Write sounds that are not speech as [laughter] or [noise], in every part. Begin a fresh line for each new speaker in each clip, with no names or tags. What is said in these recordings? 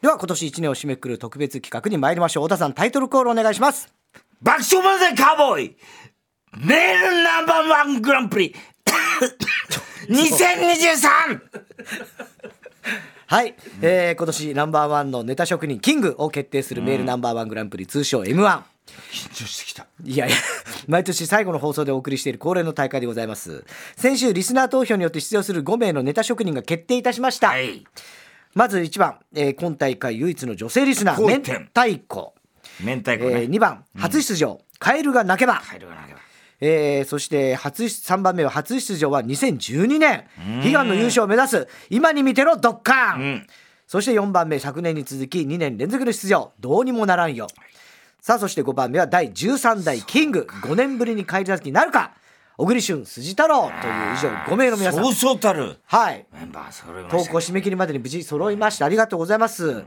では今年1年を締めくくる特別企画に参りましょう太田さんタイトルコールお願いします
爆笑漫才カーボーイメールナンバーワングランプリ 2023!
はい、えー今年ナンバーワンのネタ職人キングを決定するメールナンバーワングランプリ通称 M1
緊張してきた。
いやいや、 [laughs] 毎年最後の放送でお送りしている恒例の大会でございます。先週、リスナー投票によって出場する5名のネタ職人が決定いたしました。
はい。
まず1番、えー今大会唯一の女性リスナー、
好意
明太
点
子。
明太子
え
ね。
2番、初出場、カエルが泣けば。
入るかなけば。
えーそして初出3番目は初出場は2012年悲願の優勝を目指す今に見てろドッカン、
ん
そして4番目昨年に続き2年連続の出場どうにもならんよ、さあそして5番目は第13代キング5年ぶりに返り咲きになるか小栗旬辻太郎という以上5名の皆さん
そうそうたる
はい
メンバー揃いま
投
した
稿
ね。
締め切りまでに無事揃いましたありがとうございます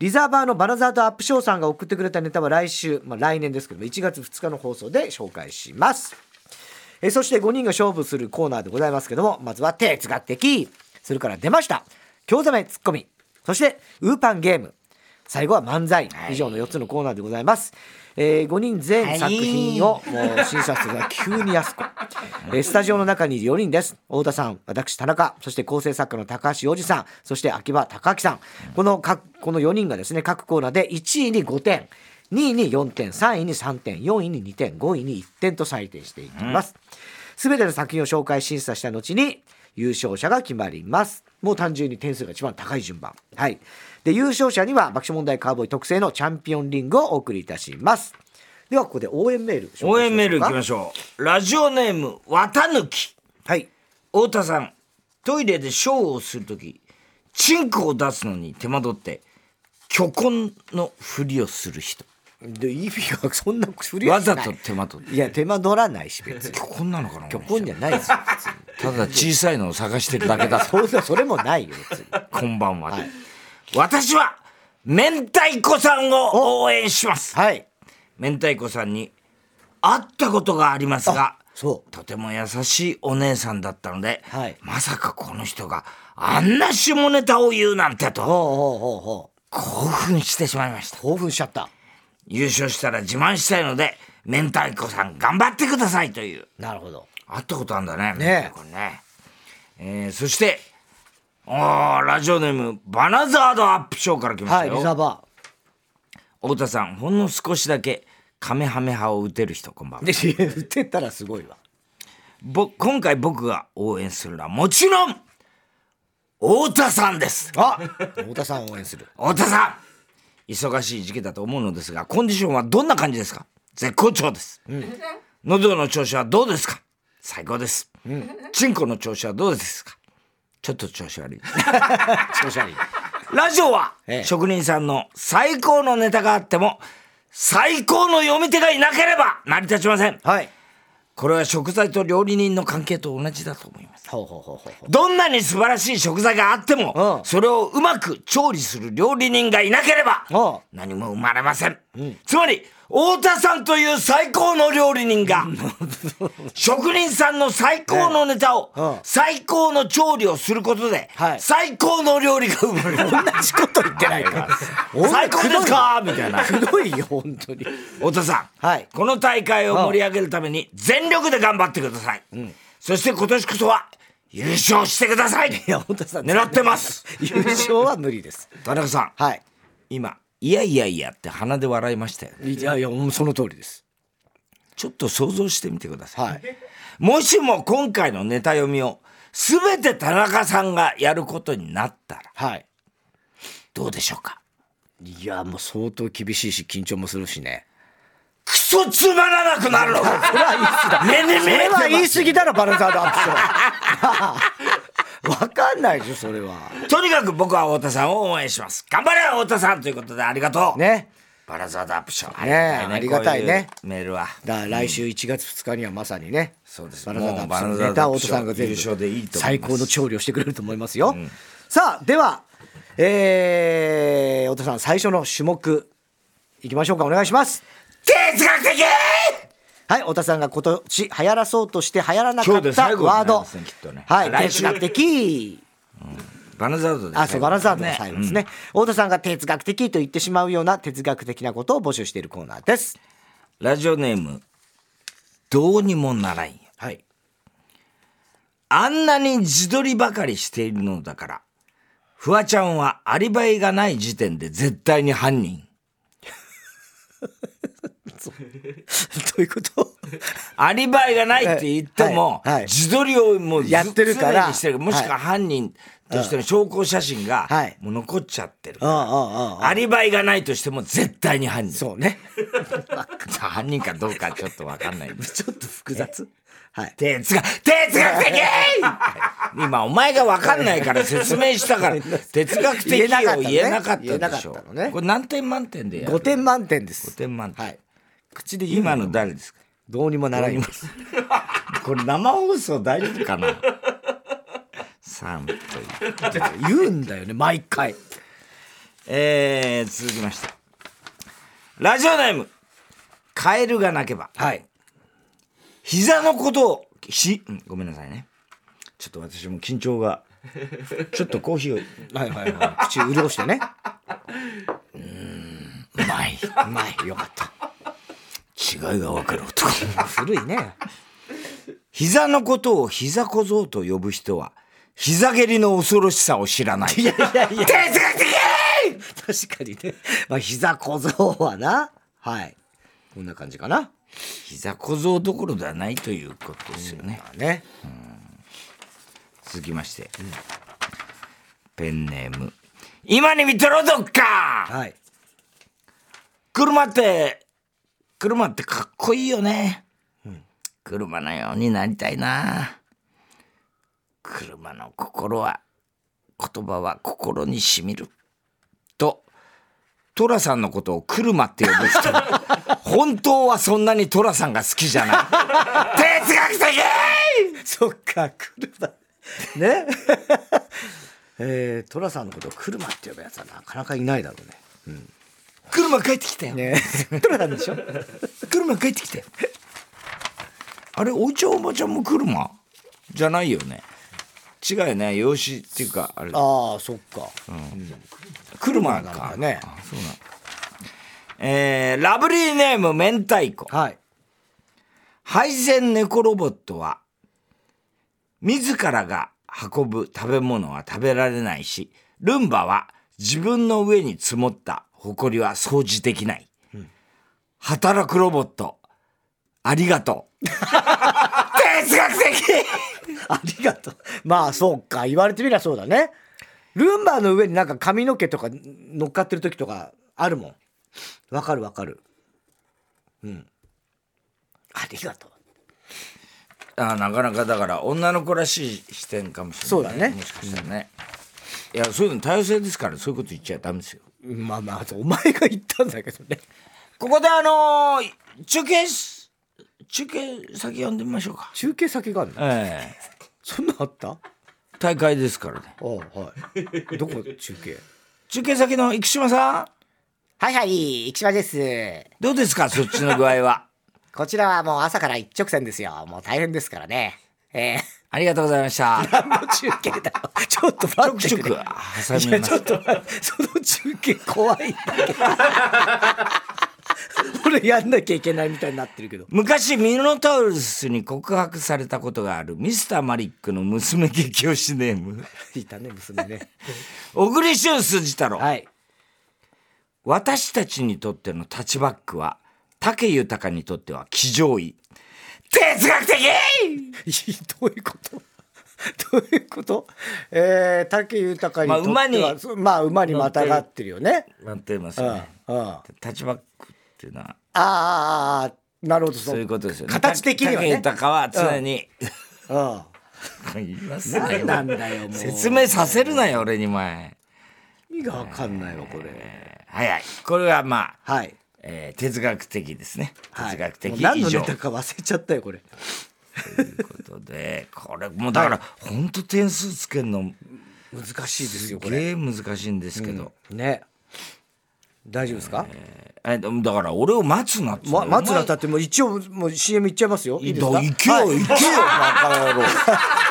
リザーバーのバナザードアップショーさんが送ってくれたネタは来週、まあ、来年ですけども1月2日の放送で紹介しますえそして5人が勝負するコーナーでございますけどもまずは哲学的それから出ました京ざめツッコミそしてウーパンゲーム最後は漫才以上の4つのコーナーでございます、え5人全作品をもう審査するのは急に安子、えースタジオの中にいる4人です太田さん私田中そして構成作家の高橋洋二さんそして秋葉隆明さんこの各この4人がですね各コーナーで1位に5点2位に4点3位に3点4位に2点5位に1点と採点していきます、すべての作品を紹介審査した後に優勝者が決まりますもう単純に点数が一番高い順番はいで優勝者には爆笑問題カーボーイ特製のチャンピオンリングをお送りいたしますではここで応援メール紹介しましょうか
応援メールいきましょう。ラジオネーム、わたぬき。
はい
太田さん、トイレでショーをするとき、チンコを出すのに手間取って、虚婚のふりをする人。
で意味がそんな振り
わ
はしな
ざ
い
と手間取って。
いや手間取らないし別に
虚婚なのかな
虚婚じゃないですよ別
た
に
だ小さいのを探してるだけだ
そんなそれもないよ別に
こんばんは。私は、明太子さんを応援します。
はい
明太子さんに会ったことがありますが
あ、そう
とても優しいお姉さんだったので、
はい
まさかこの人があんな下ネタを言うなんてと
ほうほうほうほう
興奮してしまいました。
興奮しちゃった
優勝したら自慢したいので、明太子さん頑張ってくださいという。
なるほど
会ったことあるんだね。
ねえ
これね。えー、そして、おーラジオネーム、バナザードアップショーから来まし
は
た
い
よ。
リザーバ
太田さんほんの少しだけカメハメ派を打てる人こんばん
ー
は
で言ってたらすごいわ
ぼ今回僕が応援するのはもちろん太田さんです
あ太田さんを応援する
太田さん忙しい時期だと思うのですがコンディションはどんな感じですか絶好調です、喉の調子はどうですか最高です、チンコの調子はどうですかちょっと調子悪い
調子悪い
ラジオは、
ええ
職人さんの最高のネタがあっても最高の読み手がいなければ成り立ちません
はい
これは食材と料理人の関係と同じだと思います。
ほうほうほうほうほう
どんなに素晴らしい食材があっても、
うん
それをうまく調理する料理人がいなければ、
うん
何も生まれません。つまり、太田さんという最高の料理人が、職人さんの最高のネタを、
うん
最高の調理をすることで、
はい
最高の料理が生まれる。
[laughs] 同じこと言ってないから
最高ですかみたいな。
くどいよ本当に
太田さん、
はい
この大会を盛り上げるために全力で頑張ってください、そして今年こそは優勝してください
いや太田さん
狙ってます
優勝は無理です
田中さん、
はい
今いやいやいやって鼻で笑いましたよね
いやいやもうその通りです
ちょっと想像してみてください、
はい
もしも今回のネタ読みを全て田中さんがやることになったら
はい
どうでしょうか
いやもう相当厳しいし緊張もするしね
クソつまらなくなるのか目に
そ
見え
れ
てま
は
す
言い過ぎだろバランサードアップショー [laughs] わかんないでしょそれは
とにかく僕は太田さんを応援します頑張れ太田さんということでありがとう
ね
バラザードアップショー。
ねえありがたいね
こううメールは。
だから来週1月2日にはまさにね、
そうです
バナナダンプさん
も
の
うバナナ
ネタ
ダ
を
ンプ
太田さんが全
優勝でいい
部
と思い
最
ます
高の調理をしてくれると思いますよ、さあでは、えー、太田さん最初の種目いきましょうかお願いします
哲学的
はい太田さんが今年流行らそうとして流行らな
今日
かっ
で
た
最後にな
ワー
り
ド、
ますねきっとね
はい
来
哲
週
学的
バナザードです
あ、そう、バラザードの最後ですね。太田さんが哲学的と言ってしまうような哲学的なことを募集しているコーナーです。 [laughs]
ラジオネーム、どうにもならんよ。
はい。
あんなに自撮りばかりしているのだから、フワちゃんはアリバイがない時点で絶対に犯人。
どうい
[laughs]
うこと
アリバイがないって言っても、
はいはい
自撮りをもうず
やってるから
常にしてるもしくは犯人としての証拠写真が
はい
もう残っちゃってる、
うんうんうん。
アリバイがないとしても絶対に犯人
そうね。
犯人かどうかちょっと分かんない
[laughs] ちょっと複雑。はい。
哲学哲学的今お前が分かんないから説明したから哲学的を言えなかった
言えな
で
かっ
したょ
のね
これ何点満点でやる
5点満点で
五
す。
点満点、
はい。口で言う
今の誰ですか
どうにもならんよ。
これ生放送大丈夫か
[laughs]
な三分
言うんだよね、毎回。
えー、続きましてラジオネームカエルが鳴けば
はい。
膝のことをひ、うんごめんなさいねちょっと私も緊張がちょっとコーヒーを
[laughs] はいはいはい。口潤してね。
うまい。うまい。よかった。違いがわかる男。
古いね。
膝のことを膝小僧と呼ぶ人は、膝蹴りの恐ろしさを知らない。哲学的
確かにね。まあ、膝小僧はな。はい。こんな感じかな。
膝小僧どころではないということですよね。
まあね。
続きまして。ペンネーム。今に見てろ、どっか
はい。
車って、車ってかっこいいよね。車のようになりたいな。車の心は、言葉は心にしみる。と、トラさんのことを車って呼ぶ [laughs] 人。本当はそんなにトラさんが好きじゃない。哲学的
そっか、車。ね。 [laughs] えー、トラさんのことを車って呼ぶやつはなかなかいないだろうね。
車帰ってきたよ。
[laughs] ねトラなんでしょ
[laughs] 車帰ってきてあれおうちおばちゃんも車じゃないよね違うよね養子っていうかあれ
ああ、そっか。
車
なん
か
だね
あそうなんだえー、ラブリーネーム明太子
はい。
配膳猫ロボットは自らが運ぶ食べ物は食べられないしルンバは自分の上に積もった埃は掃除できない、働くロボットありがと [laughs] う哲学的
ありがとう。まあ、そうか。言われてみりゃそうだね。ルンバの上になんか髪の毛とか乗っかってる時とかあるもん。わかるわかる。うん。ありがとう。
あーなかなかだから女の子らしい視点かもしれない
そうだね
もしかしたらね、いやそういうの多様性ですからそういうこと言っちゃダメですよ
まあまあ、お前が言ったんだけどね。
ここであのー中継し中継先呼んでみましょうか
中継先があるの
ええ
そんなのあったあ
大会ですからね。
あ、はい。どこ中継
中継先の生島さん、
はいはい、生島です。
どうですかそっちの具合は。 [laughs]
こちらはもう朝から一直線ですよ。もう大変ですからね。ええ
ありがとうございま
[laughs]
した。
何の中継だよ。ちょっと
ちょく
待っ
ち
て
ょ
く
く
れ。
挟
い
み
や
ま
ちょ
す
っ。と待ってその中継怖いんだけど俺やんなきゃいけないみたいになってるけど
昔ミノタウルスに告白されたことがあるミスターマリックの娘激推しネーム
いたね
[laughs]
娘ね
小栗旬筋太郎、
はい
私たちにとってのタッチバックは武豊にとっては騎乗位哲学的
いどういうことどういうことえー、武豊にとっては、
まあ馬に
そうまあ馬にまたがってるよね
なってます
うんう
よ
ん
ね、
あ
タッチバックっていうのは
あああなるほどそ
そういうことですよね
形的には
武
ね
豊は常に、
うん
言いますね
何なんだよもう
説明させるなよ俺に前
意味がわかんないわこれ
はいはいこれはまあ、
はい、
えー哲学的ですね
はい、
哲学的
も
以
う何の
上
ネタか忘れちゃったよこれ
ということでこれもうだから本当点数つけるの
難しいです
す
よこれ
げえ難しいんですけど、
ね大丈夫ですか、
えでもだから俺を待つなっつうの
ま、松だったってもう一応もう CM いっちゃいますよいいですか
だ行けよ、
[laughs]
行けよバカ野郎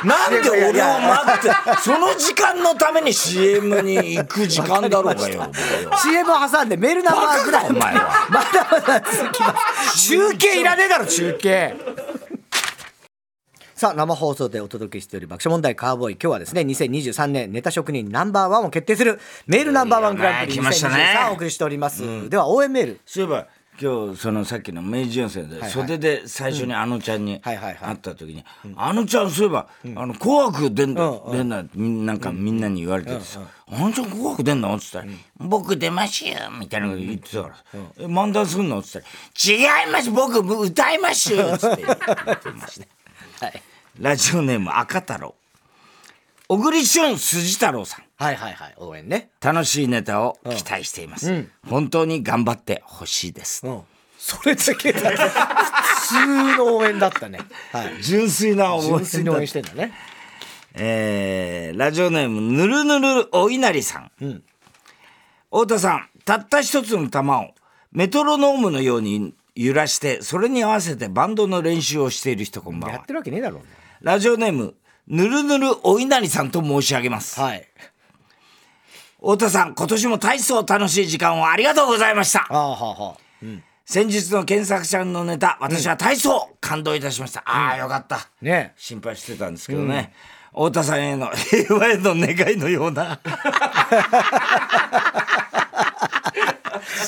なんで俺を待ってその時間のために CM に行く時間だろうが [laughs] よ
CM を挟んでメールナンバーぐらい
お前は
まだまだ続きます中継いらねえだろ中継 [laughs] さあ生放送でお届けしており爆笑問題カーボーイ今日はですね2023年ネタ職人ナンバーワンを決定するメールナンバーワングランプリ
いいよね来ましたね
2023をお送りしております、では応援メール
そういえば今日そのさっきの明治温泉で
い
袖で最初にあのちゃんに
はいはいはい
会った時に「あのちゃんそういえば『あの紅白』出んの出んな」ってみんなんかみんなに言われててさ「あのちゃん紅白出んの?」っつったら「僕出ますよ」みたいなこと言ってたから「え漫談すんの?」っつったら「違います僕歌いますよ」 [laughs] っつって言ってました
はい
ラジオネーム赤太郎小栗旬筋太郎さん
はいはいはい応援ね
楽しいネタを期待しています、本当に頑張ってほしいです、
うんそれだけだね普通の応援だったね [laughs] はい
純粋な思
純
い
粋に
だ
応援してんだね
えーラジオネームぬるぬるお稲荷さん、太田さんたった一つの玉をメトロノームのように揺らしてそれに合わせてバンドの練習をしている人こんばん
や
は
ってるわけねえだろうね
ラジオネームぬるぬるお稲荷さんと申し上げます
はい
太田さん今年も大層楽しい時間をありがとうございました
ああはあはあ
先日の検索ちゃんのネタ私は大層感動いたしました、ああよかった
ね
心配してたんですけどね、太田さんへの [laughs] 平和への願いのような [laughs]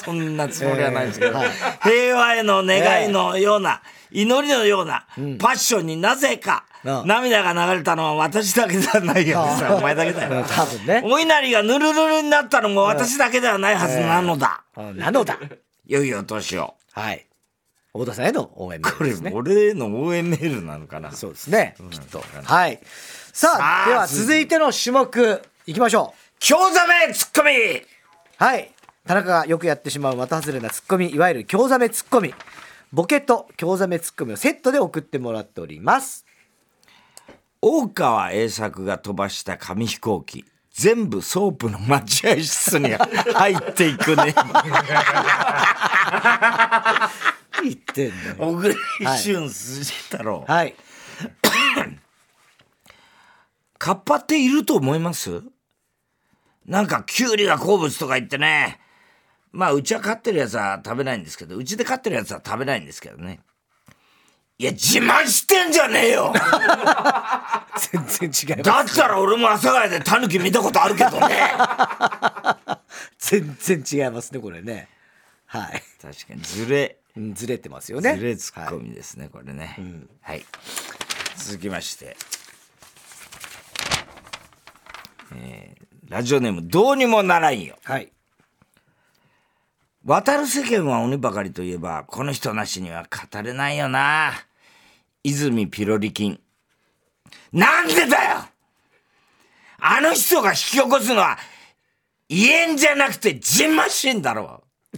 そんなつもりはないんですけど、平和への願いのような、祈りのような、パッションになぜか、
うん
涙が流れたのは私だけではないよ、
ああ
お前だけだ
う
よ
ん多分ね
お稲荷がぬるぬるになったのも私だけではないはずなのだ、
うんなのだ
良いお年を
はい太田さんへの応援メー
こ
ル
れ
ですね
俺への応援メールなのかな
そうですねきっとはいさ
さ
あ
あ
では続いての種目いきましょう
興ざめツッコミ
はい田中がよくやってしまう的外れなツッコミいわゆる興ざめツッコミボケと興ざめツッコミをセットで送ってもらっております
大川栄作が飛ばした紙飛行機全部ソープの待合室に入っていく
[laughs]
ね
言ってんだよ
小栗旬筋太郎、
はい
カッパっていると思いますなんかキュウリが好物とか言ってねまあうちは飼ってるやつは食べないんですけどうちで飼ってるやつは食べないんですけどねいや自慢してんじゃねえよ
全然違います
だったら俺も阿佐ヶ谷でタヌキ見たことあるけどね
全然違いますねこれねはい
[laughs] 確かにずれ
うんずれてますよね
ずれツッコ
はい
ミですね、これね、はい続きまして、えーラジオネームどうにもならんよ
はい
渡る世間は鬼ばかりといえばこの人なしには語れないよな泉ピロリ菌なんでだよあの人が引き起こすのは胃炎じゃなくてジンマシンだろ [laughs]
い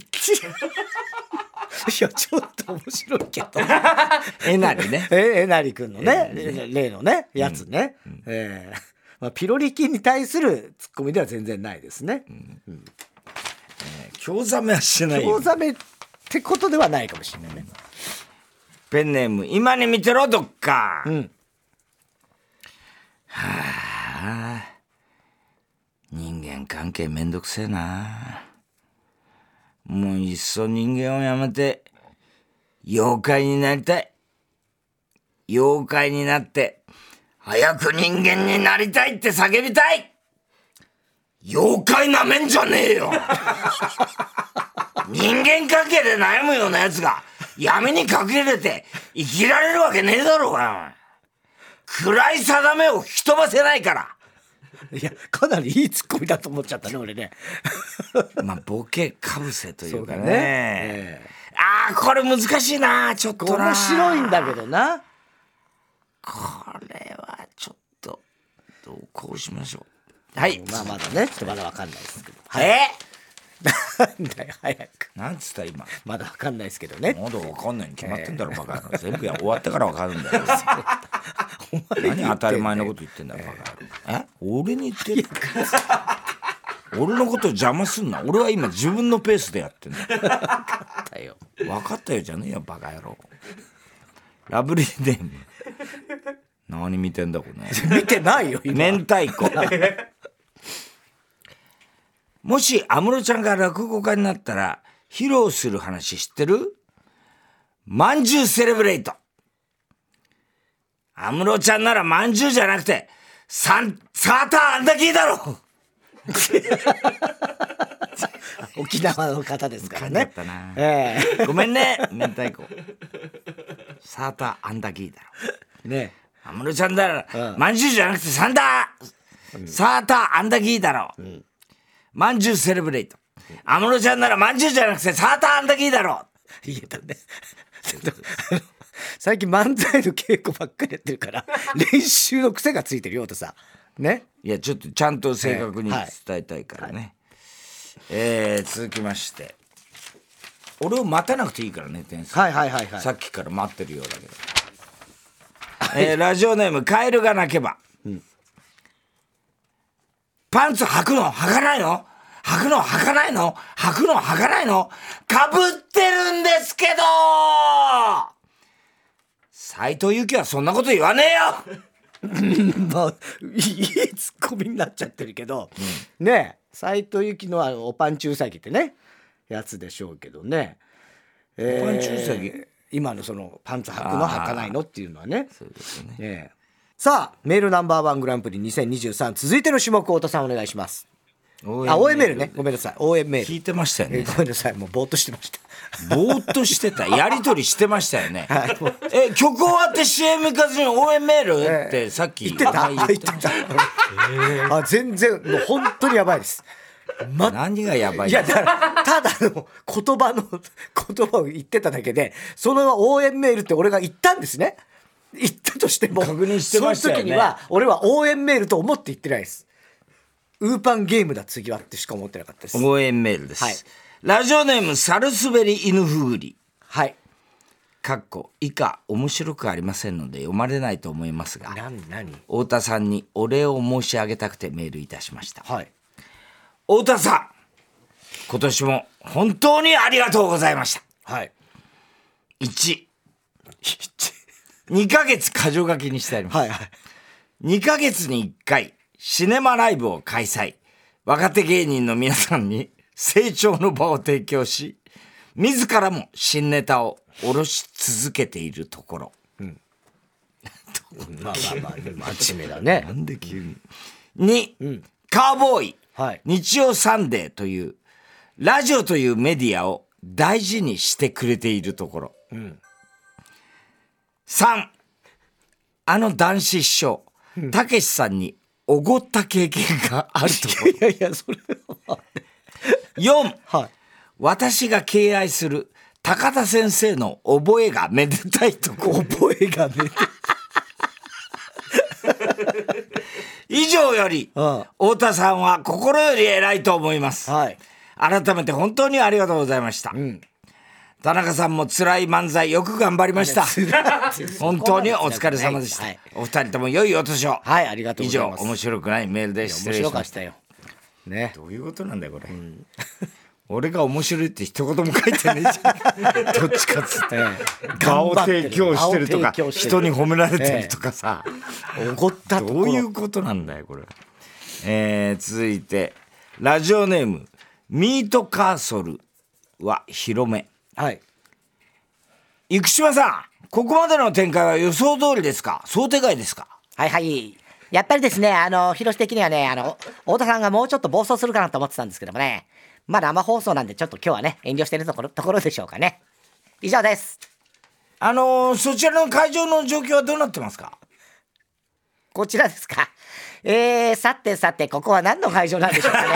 やちょっと面白いけど
えなりね
ええなりくんのね、例のね、やつね。ええまあ、ピロリ菌に対するツッコミでは全然ないですね。
興ざめはしないよ
大ざめってことではないかもしれないね。
ペンネーム、今に見てろ、どっか。
ん
はあ。人間関係めんどくせえな。もういっそ人間をやめて、妖怪になりたい。妖怪になって、早く人間になりたいって叫びたい妖怪なめんじゃねえよ人間関係で悩むような奴が闇に隠れて生きられるわけねえだろうが暗い定めを吹き飛ばせないから
いや、かなりいいツッコミだと思っちゃったね、俺ね。
まあボケかぶせとい
そう
う
だ
か
ね
ね。
え
ああこれ難しいなちょっ
え
とな
面白い
こ
んだけどな。
れはちょっとどうこうしましょうはい、
まあ、まだね、ちょっとまだわかんないですけど。
え
なんだよ、早く。
なんつった今
まだわかんないですけどね。
まだわかんないに決まってんだろ、バカ野郎。全部や終わってからわかるんだよ。何当たり前のこと言ってんだよ、バカ野郎。え俺に言ってる俺のこと邪魔すんな俺は今自分のペースでやってんだ
だよ
分かったよじゃねえよバカ野郎ラブリーネーム何見てんだこれ
見てないよ今
明太子もし安室ちゃんが落語家になったら披露する話知ってるまんじゅうセレブレイト安室ちゃんならまんじゅうじゃなくてサンサーターアンダギーだろ
沖縄の方ですから
噛んじゃっ
ね
たな
え
ごめんね明太子サーターアンダギーだろ
えね
安室ちゃんだら、
うん
まんじゅうじゃなくてサンダー、サーターアンダギーだろう、まんじゅうセレブレイト安室ちゃんならまんじゅうじゃなくてサーターアンダギーだろ
[laughs] 言えたねちょっとあの最近漫才の稽古ばっかりやって
[laughs]
るから練習の癖がついてるよとさね
ういやちょっとちゃんと正確に
ええはい
伝えたいからね、えー続きまして俺を待たなくていいからね天才、
はいはいはいはい
さっきから待ってるようだけど、えーラジオネーム「カエルが鳴けば」パンツ履くの履かないの履くの履かないの履くの履かないのかぶってるんですけど斎藤由貴はそんなこと言わねえよ
まあいい [laughs] ツッコミになっちゃってるけど、ね斎藤由貴のあのおパンチウサギってねやつでしょうけどね、え
おパンチウサギ
今のそのパンツ履くの
あー
履かないのっていうのはね
そうですね
ねさあメールナンバーワングランプリ2023続いての種目太田さんお願いします [laughs] あ応援メールねごめんなさい応援メー
聞
ル、
いてましたよ
え
ね
ーごめんなさいもうぼーっとしてま [laughs] した
ぼーっとしてたやりとりしてましたよね
[laughs] はいもう
え曲終わって CM 行かずに応援メール、
ええ
ってさっき
言ってた
あ
あ
言
言ってた、あ全然もう本当にやばいです
何がやばい
いやだからただの言葉の言葉を言ってただけでその応援メールって俺が言ったんですね言ったとしても
確認してましたよね
その時には俺は応援メールと思って言ってないですウーパンゲームだ次はってしか思ってなかったです
応援メールです、
はい
ラジオネームサルスベリ犬ふぐり
はい
かっこ以下面白くありませんので読まれないと思いますが
何何
太田さんにお礼を申し上げたくてメールいたしました
はい
太田さん今年も本当にありがとうございました
はい
12ヶ月箇条書きにしてあります
はいはい
2ヶ月に1回シネマライブを開催若手芸人の皆さんに成長の場を提供し自らも新ネタを下ろし続けているところ
まあまあ [laughs] まあ真面目だね
なんで急に2、カーボーイ
はい
日曜サンデーというラジオというメディアを大事にしてくれているところ、3あの男子師匠たけしさんにおごった経験があると
[laughs]
ころ
いやいやそれは
4
はい
私が敬愛する高田先生の覚えがめでたいとこ
覚えがね
以上より
あ
太田さんは心より偉いと思います
はい
改めて本当にありがとうございました、田中さんも辛い漫才よく頑張りました本当にお疲れ様でした、
はい
お二人とも良いお年を、
はいありがとう
以
ござい
上
ます
面白くないメールで失
面
礼し
白か
ま
っ
した
たよね
どういうことなんだよこれ、俺が面白いって一言も書いて
[laughs]
ねえじゃんどっちかっつって顔を提供してるとか
顔を提供してる
人に褒められてるとかさ、
おごったとこ
ど
ろ
ういうことなんだよこれ、えー続いてラジオネーム「ミートカーソル」は広め
はい
生島さんここまでの展開は予想通りですか想定外ですか
はいはい。やっぱりですね、あの、広瀬的にはね、あの、太田さんがもうちょっと暴走するかなと思ってたんですけどもね、まあ生放送なんでちょっと今日はね、遠慮してるところところでしょうかね。以上です。
あのーそちらの会場の状況はどうなってますか
こちらですか。えー、さてさて、ここは何の会場なんでしょ
[laughs]
うかね。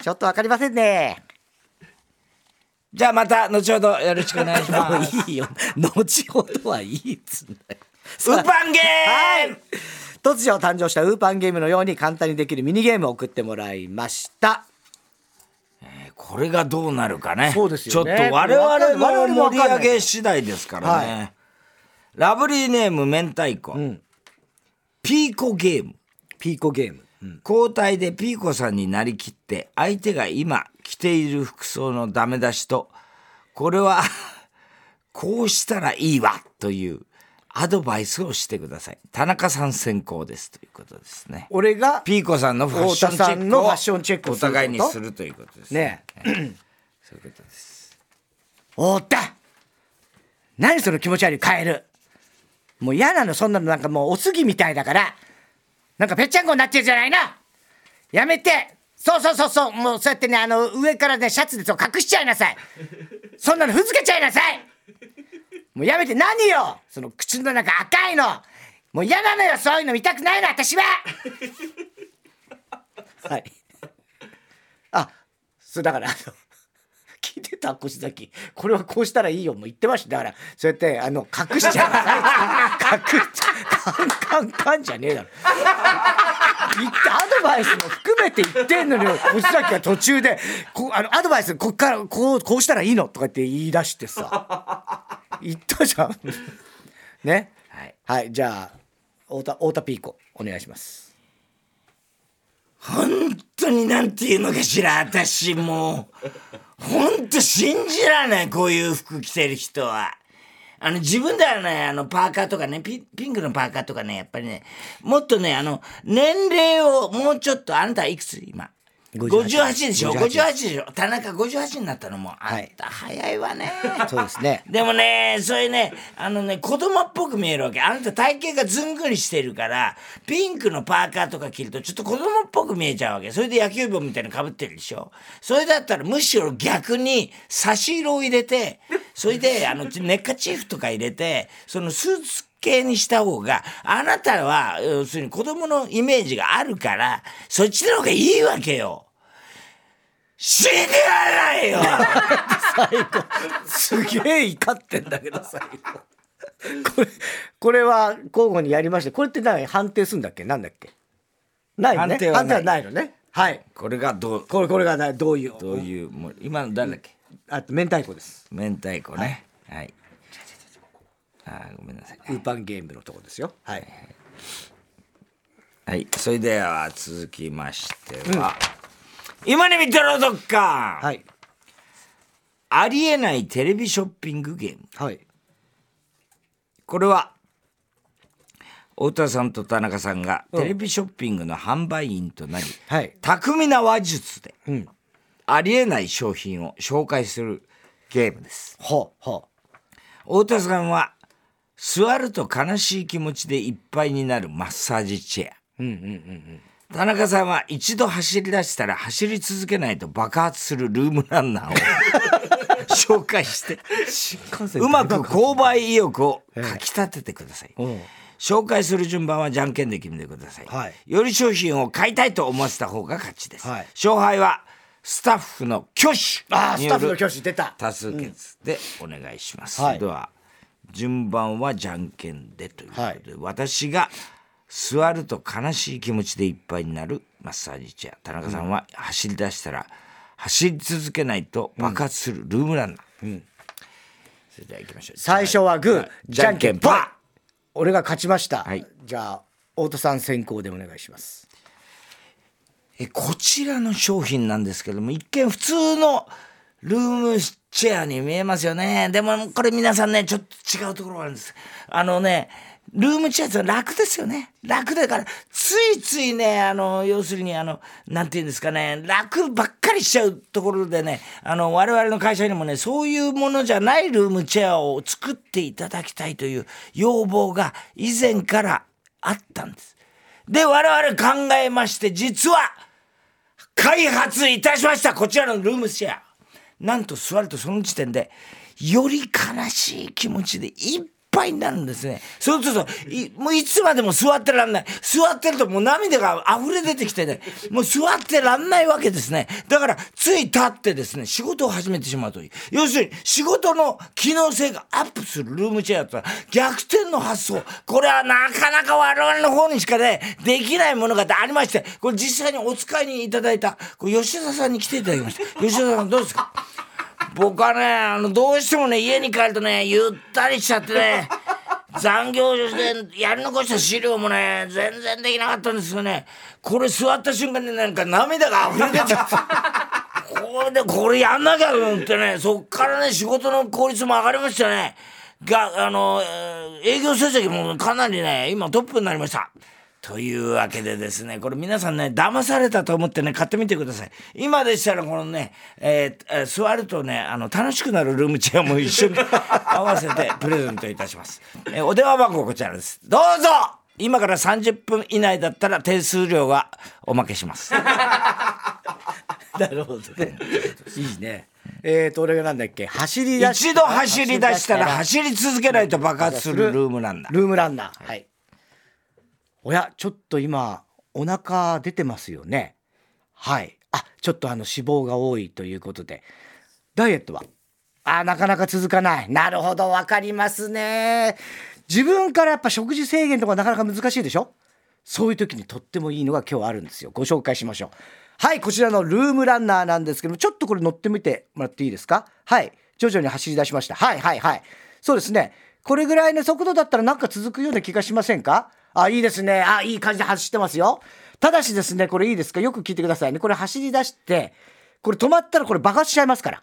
ちょっとわかりませんね。
じゃあまた後ほどよろしくお願いし
[laughs]
ます
いいよ。後ほどはいいっつんだよ。
ウーパンゲ
は
ーム
い。突如誕生したウーパンゲームのように簡単にできるミニゲームを送ってもらいました。
これがどうなるかね。
そうですよね
ちょっと我
我々
々
も
の盛
わかん
り
ない
上げ次第ですからね。
は
ラブリーネーム明太子、
ん
ピーコゲーム
ピーコゲーム。
交代でピーコさんになりきって相手が今着ている服装のダメ出しとこれは [laughs] こうしたらいいわというアドバイスをしてください田中さん先行ですということですね
俺が
ピーコさんのファッションチェ
太田さん
ック
の
を
ファッションチェックを
お
すること
互いにするということです
ね
[clears throat] そういうことです
おった何その気持ち悪いカエルもう嫌なのそんなのなんかもうおすぎみたいだからなんかぺっちゃんこになっちゃうじゃないのやめてそうそうそうそうもうそうやってねあの上からねシャツでそう隠しちゃいなさいそんなのふづけちゃいなさいもうやめて何よその口の中赤いのもう嫌なのよそういうの見たくないの私ははいあそうだからあの聞いてた腰崎これはこうしたらいいよもう言ってましただからそうやってあの隠しちゃうない隠しカンカンカンじゃねえだろ言ってアドバイスも含めて言ってんのに腰崎が途中でこうあのアドバイスこっからこうこうしたらいいのとかって言い出してさ言ったじゃんね
はい
はいじゃあ太田太田ピーコお願いします
本当になんていうのかしら私もう本当信じられないこういう服着てる人はあの自分ではねあのパーカーとかねピピンクのパーカーとかねやっぱりねもっとねあの年齢をもうちょっとあなたいくつ今
58
58でしょ
58
58でしょ田中58になったのもあった、早いわね
そうですね
でもね、それね、あのね、子供っぽく見えるわけ。あなた体型がずんぐりしてるから、ピンクのパーカーとか着るとちょっと子供っぽく見えちゃうわけ。それで野球帽みたいなの被ってるでしょ。それだったらむしろ逆に差し色を入れて、それであのネッカチーフとか入れて、そのスーツ系にした方が、あなたは要するに子供のイメージがあるから、そっちの方がいいわけよ。信じられないよ
すげえ怒ってんだけど最後これこれは交互にやりましてこれって何判定するんだっけなんだっけないよね
判定はない
のねはい
これがどう、
これこれがなどういう
どういう、もう今の誰だっけ
あと明太子です
明太子ね。はい。あーごめんなさい。
ウーパンゲームのとこですよはい
はい。それでは続きましては、今に見てろどっか、
はい
ありえないテレビショッピングゲーム。
はい
これは、太田さんと田中さんがテレビショッピングの販売員となり、
はい
巧みな話術で、
ん
ありえない商品を紹介するゲームです。
ほうほ
太田さんは座ると悲しい気持ちでいっぱいになるマッサージチェア、田中さんは一度走り出したら走り続けないと爆発するルームラン
[laughs]
ナーを紹介して
う新幹線
うまく購買意欲をかきたててください、
うん
紹介する順番はじゃんけんで決めてください、
はい
より商品を買いたいと思わせた方が勝ちです、
はい
勝敗はスタッフの挙手
あー
に
ス
よる
タッフの挙手出た
多数決でお願いします、
はい
では順番はじゃんけんでということで、
はい
私が座ると悲しい気持ちでいっぱいになるマッサージチェア田中さんは走り出したら走り続けないと爆発するルームランナー、それでは行きましょう
最初はグ
は
ー
い
じゃんけんパー俺が勝ちました、
はい
じゃあ太田さん先行でお願いします
えこちらの商品なんですけども一見普通のルームチェアに見えますよねでもこれ皆さんねちょっと違うところがあるんですあのねルームチェアって楽ですよね楽だからついついねあの要するにあのなんて言うんですかね楽ばっかりしちゃうところでねあの我々の会社にもねそういうものじゃないルームチェアを作っていただきたいという要望が以前からあったんですで我々考えまして実は開発いたしましたこちらのルームシェアなんと座るとその時点でより悲しい気持ちでいっぱいになるんですねそうするといもういつまでも座ってらんない座ってるともう涙が溢れ出てきてねもう座ってらんないわけですねだからつい立ってですね仕事を始めてしまうという要するに仕事の機能性がアップするルームチェアとは逆転の発想これはなかなか我々の方にしかねできないものがありましてこれ実際にお使いにいただいたこれ吉田さんに来ていただきました吉田さんどうですか僕はねあのどうしてもね家に帰るとねゆったりしちゃってね残業してやり残した資料もね全然できなかったんですよねこれ座った瞬間になんか涙が溢れ出ちゃってこれでこれやんなきゃと思ってねそっからね仕事の効率も上がりましたねがあのえー営業成績もかなりね今トップになりましたというわけでですね、これ皆さんね、騙されたと思ってね、買ってみてください。今でしたら、このね、えーえー座るとね、あの、楽しくなるルームチェアも一緒に [laughs] 合わせてプレゼントいたします。えーお電話番号こちらです。どうぞ今から30分以内だったら点数料はおまけし
[laughs]
ます。
なるほどね。いいね。えーと、俺がなんだっけ走り出し
一度走り出したら走り続けないと爆発するルームなんだ。
ルームランナー。はい。おや、ちょっと今、お腹出てますよね。はい。あ、ちょっとあの脂肪が多いということで。ダイエットはあ、なかなか続かない。なるほど、わかりますね。自分からやっぱ食事制限とかなかなか難しいでしょそういう時にとってもいいのが今日あるんですよ。ご紹介しましょう。はい、こちらのルームランナーなんですけども、ちょっとこれ乗ってみてもらっていいですかはい、徐々に走り出しました。はい、はい、はい。そうですね。これぐらいの速度だったらなんか続くような気がしませんかあ、いいですね。あ、いい感じで走ってますよ。ただしですね、これいいですかよく聞いてくださいね。これ走り出して、これ止まったらこれ爆発しちゃいますから。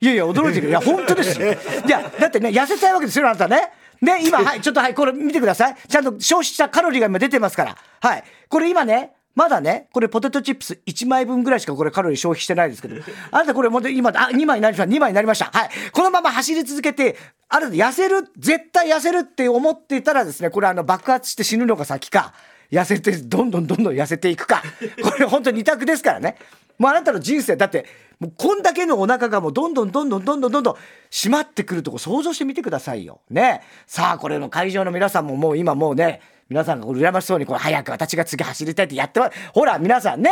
いやいや、驚いてる。いや、本当ですよ。いや、だってね、痩せたいわけですよ、あなたね。ね、今、はい、ちょっとはい、これ見てください。ちゃんと消費したカロリーが今出てますから。はい。これ今ね、まだね、これポテトチップス1枚分ぐらいしかこれカロリー消費してないですけど、あなたこれもう今、あ、2枚になりました、2枚になりました。はい。このまま走り続けて、ある程度痩せる、絶対痩せるって思っていたらですね、これあの爆発して死ぬのが先か、痩せて、どんどんどんどん痩せていくか。これ本当に二択ですからね。もうあなたの人生、だって、もうこんだけのお腹がもうどんどんどんどんどんどんどんどん締まってくるとこ想像してみてくださいよ。ね。さあ、これの会場の皆さんももう今もうね、皆さんがこれ羨ましそうに、これ早く私が次走りたいってやってます。ほら、皆さんね。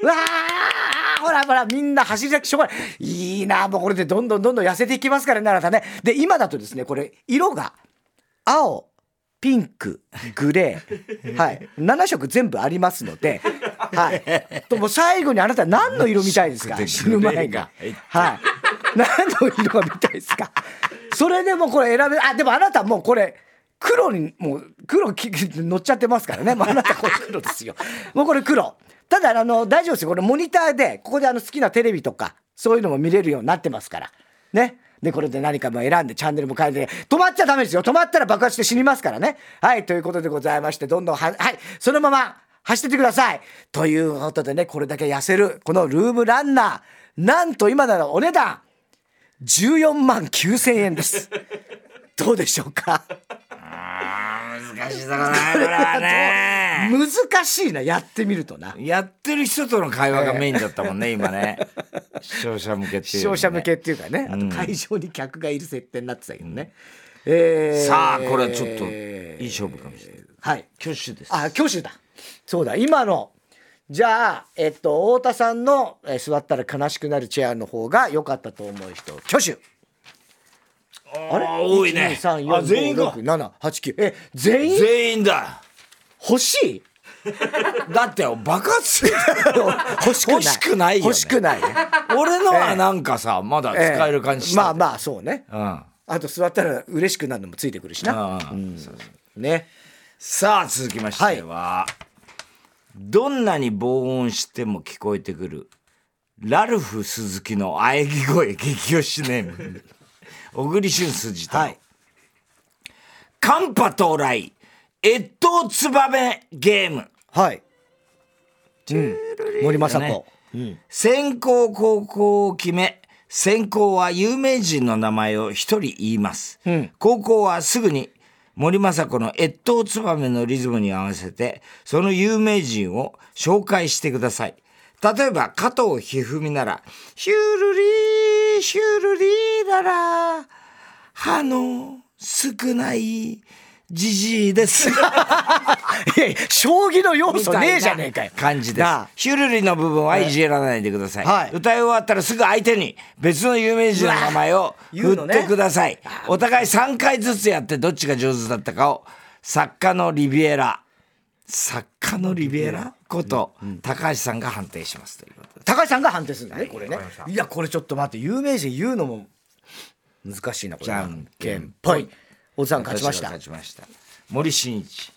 うわーほらほら、みんな走りたくしょうがない。いいな、もうこれでどんどんどんどん痩せていきますからね、あなたね。で、今だとですね、これ、色が青、ピンク、グレ
[laughs]
ー、はい、7色全部ありますので、はい、ともう最後にあなた何の色見たいですか
[laughs] 七
死
色で
ぬ
グレ
前
ー
に。は
が
い、何の色が見たいですかそれでもうこれ選べ、あ、でもあなたもうこれ、黒に、もう黒き乗っちゃってますからね。もうあなたこれ黒で
[laughs]
すよ。もうこれ黒。ただ、あの、大丈夫ですよ。これモニターで、ここであの好きなテレビとか、そういうのも見れるようになってますから。ね。で、これで何かも選んで、チャンネルも変えて、止まっちゃダメですよ。止まったら爆発して死にますからね。はい、ということでございまして、どんどんは、はい、そのまま走ってってください。ということでね、これだけ痩せる、このルームランナー、なんと今ならお値段、14万9000円です。 [laughs] どうでしょ
[laughs]
うか
あー難しいだろうな、これはね。
難しいな、やってみるとな。
やってる人との会話がメインだったもんね、今ね。視聴者向けっていう、ね。
視聴者向けっていうかね、あと会場に客がいる設定になってたけどね。えー
さあ、これはちょっと、いい勝負かもしれない。
はい。
挙手です。
あ、挙手だ。そうだ、今の。じゃあ、えっと、太田さんの、えー座ったら悲しくなるチェアの方が良かったと思う人、挙手。
あ
あれ
多いね。
1 2 3 4 5
あ、全員が
6。7、8、9。え、全員
全員だ。
欲し
[laughs]
い
だって、爆発する。
欲しくない。
欲しくないよね
欲しくないね。
俺のはなんかさ、まだ使える感じした
まあまあ、そうね。あと座ったら嬉しくなるのもついてくるしな。
うん。うん
ね。
さあ、続きましては、どんなに防音しても聞こえてくる、ラルフ鈴木の喘ぎ声、激推しネーム。小栗旬筋太郎。
はい。
寒波到来、越冬ツバメゲーム。
はい。うん。森まさ子。
先行後攻を決め、先行は有名人の名前を一人言います。
ん
高校はすぐに森政子の越冬つばめのリズムに合わせて、その有名人を紹介してください。例えば、加藤一二三なら、ヒュルリー、ヒュルリーなら、歯の少ないじじいです。 [laughs]
いやいや、将棋の要素ねえじゃねえかよ。
感じです
なあ。
ヒュルリの部分はいじらないでください。
はい
歌い終わったらすぐ相手に別の有名人の名前を
言う
振
の
っ
ね
てください。お互い3回ずつやってどっちが上手だったかを作家のリビエラ、作家のリビエラこと高橋さんが判定しますということで。
高橋さんが判定するんだね、これね。いや、これちょっと待って、有名人言うのも難しいな、これ
じ
な。
ゃんけん
ぽい。おじさん勝ちまし
私が
た
勝ちました森進一
ヒ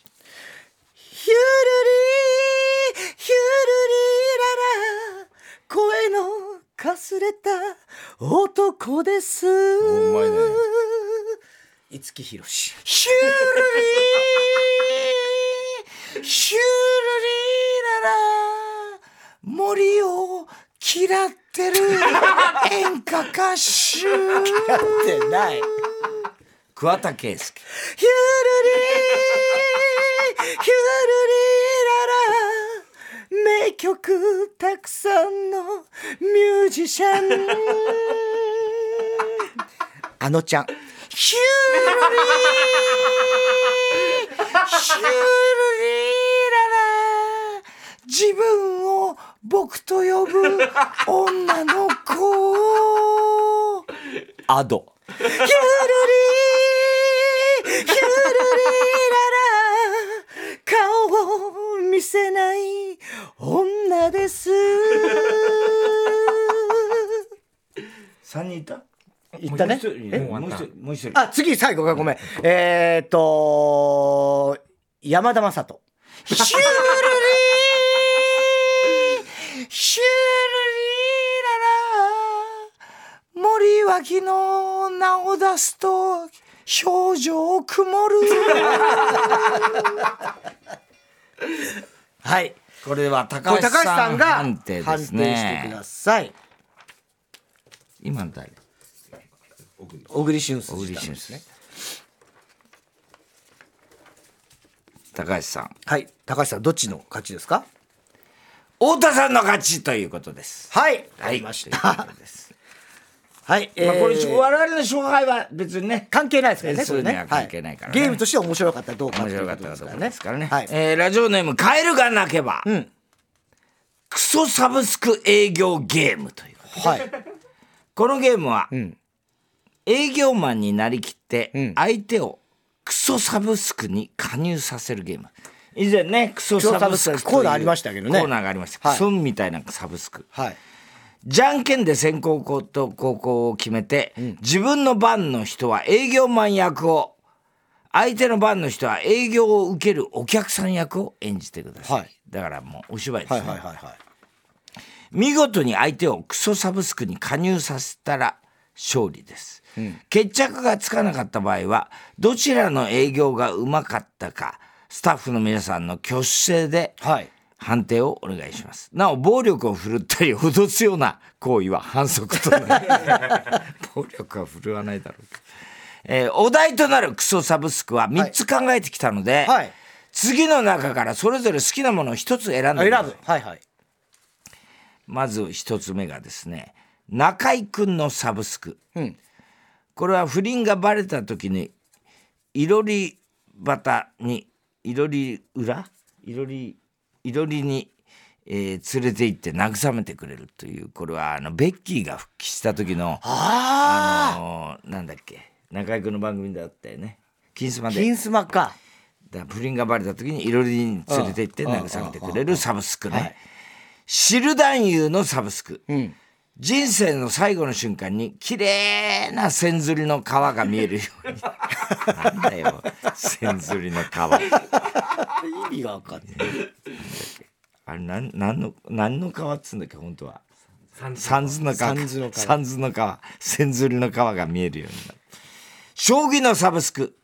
ュルリー、ヒュルリーララ、声のかすれた男です。
うまいね
五木ひろし。
シュルリーシュルリーララ森を嫌ってる演歌歌
[laughs]
手
やってない。
桑田佳祐
ヒュルリー、ヒュルリーララ、名曲たくさんのミュージシャン。あのちゃん。
シュルリーシュルリーララ自分を僕と呼ぶ女の子アド
ヒュルリーヒュルリーララ顔を見せない女です
3人いた
言ったね
もう一人
え
もう一人もう一人
[laughs] あ次最後がごめんえー、っと山田雅人
シュルリーシュルリーララ森脇の名を出すと表情曇る
はい
これは高
これ
橋さん
高橋さんが判
判
定
定です
してく
ね
ださい
今の誰
小栗旬さ
小
ん
栗旬ですね高橋さん
はい高橋さんどっちの勝ちですか
太田さんの勝ちということです
はい
は
あ
い
りまし
という
た
ことです
[laughs] はい、え
まあ
ー
これ我々の勝敗は別にね
関係ないですからね。
点数には
これね
関係ないからね
ゲームとして面白かったらどうか
面白かったかどうかですからね。
はい。
えーラジオネーム、カエルが鳴けば、
ん
クソサブスク営業ゲームという。
はい。
このゲームは、
ん
営業マンになりきっ
う
て
ん、
相手をクソサブスクに加入させるゲーム。以前ね、クソサブスクという
コーナーありましたけどね
コーナーがありました。
はい
クソみたいなサブスク。
はい。
じゃんけんで先行校と高校を決めて、自分の番の人は営業マン役を、相手の番の人は営業を受けるお客さん役を演じてください。
はい
だからもうお芝居です
はい
ね、
はいはいはい。
見事に相手をクソサブスクに加入させたら勝利です。決着がつかなかった場合は、どちらの営業がうまかったか、スタッフの皆さんの挙手制で、
はい。
判定をお願いします。なお、暴力を振るったり脅すような行為は反則となる。 [laughs] 暴力は振るわないだろうか。えーお題となるクソサブスクは3つ考えてきたので、
はい
次の中からそれぞれ好きなものを1つ選ん
あ
で
選
く
ぶ。
ださい
はいはい。
まず1つ目がですね、中居くんのサブスク。
うん
これは不倫がバレた時に、いろり端に、いろり裏いろり、いろりに、えー連れて行って慰めてくれるという、これはあの、ベッキーが復帰した時の、
あ
あのーなんだっけ、中居くんの番組だったよね。金スマ
あ。
で。
金スマか。
だから不倫がバレた時にいろりに連れて行って慰めてくれるサブスクね。知る男優のサブスク。人生の最後の瞬間に綺麗な線ずりの川が見えるように。なんだよ、線ずりの川。
意味がわかんない。
あれ、なん、なんの、なんの川っつうんだっけ、本当は。三途の川。
三途の川
三途の川。千ずりの川が見えるようになる。将棋のサブスク。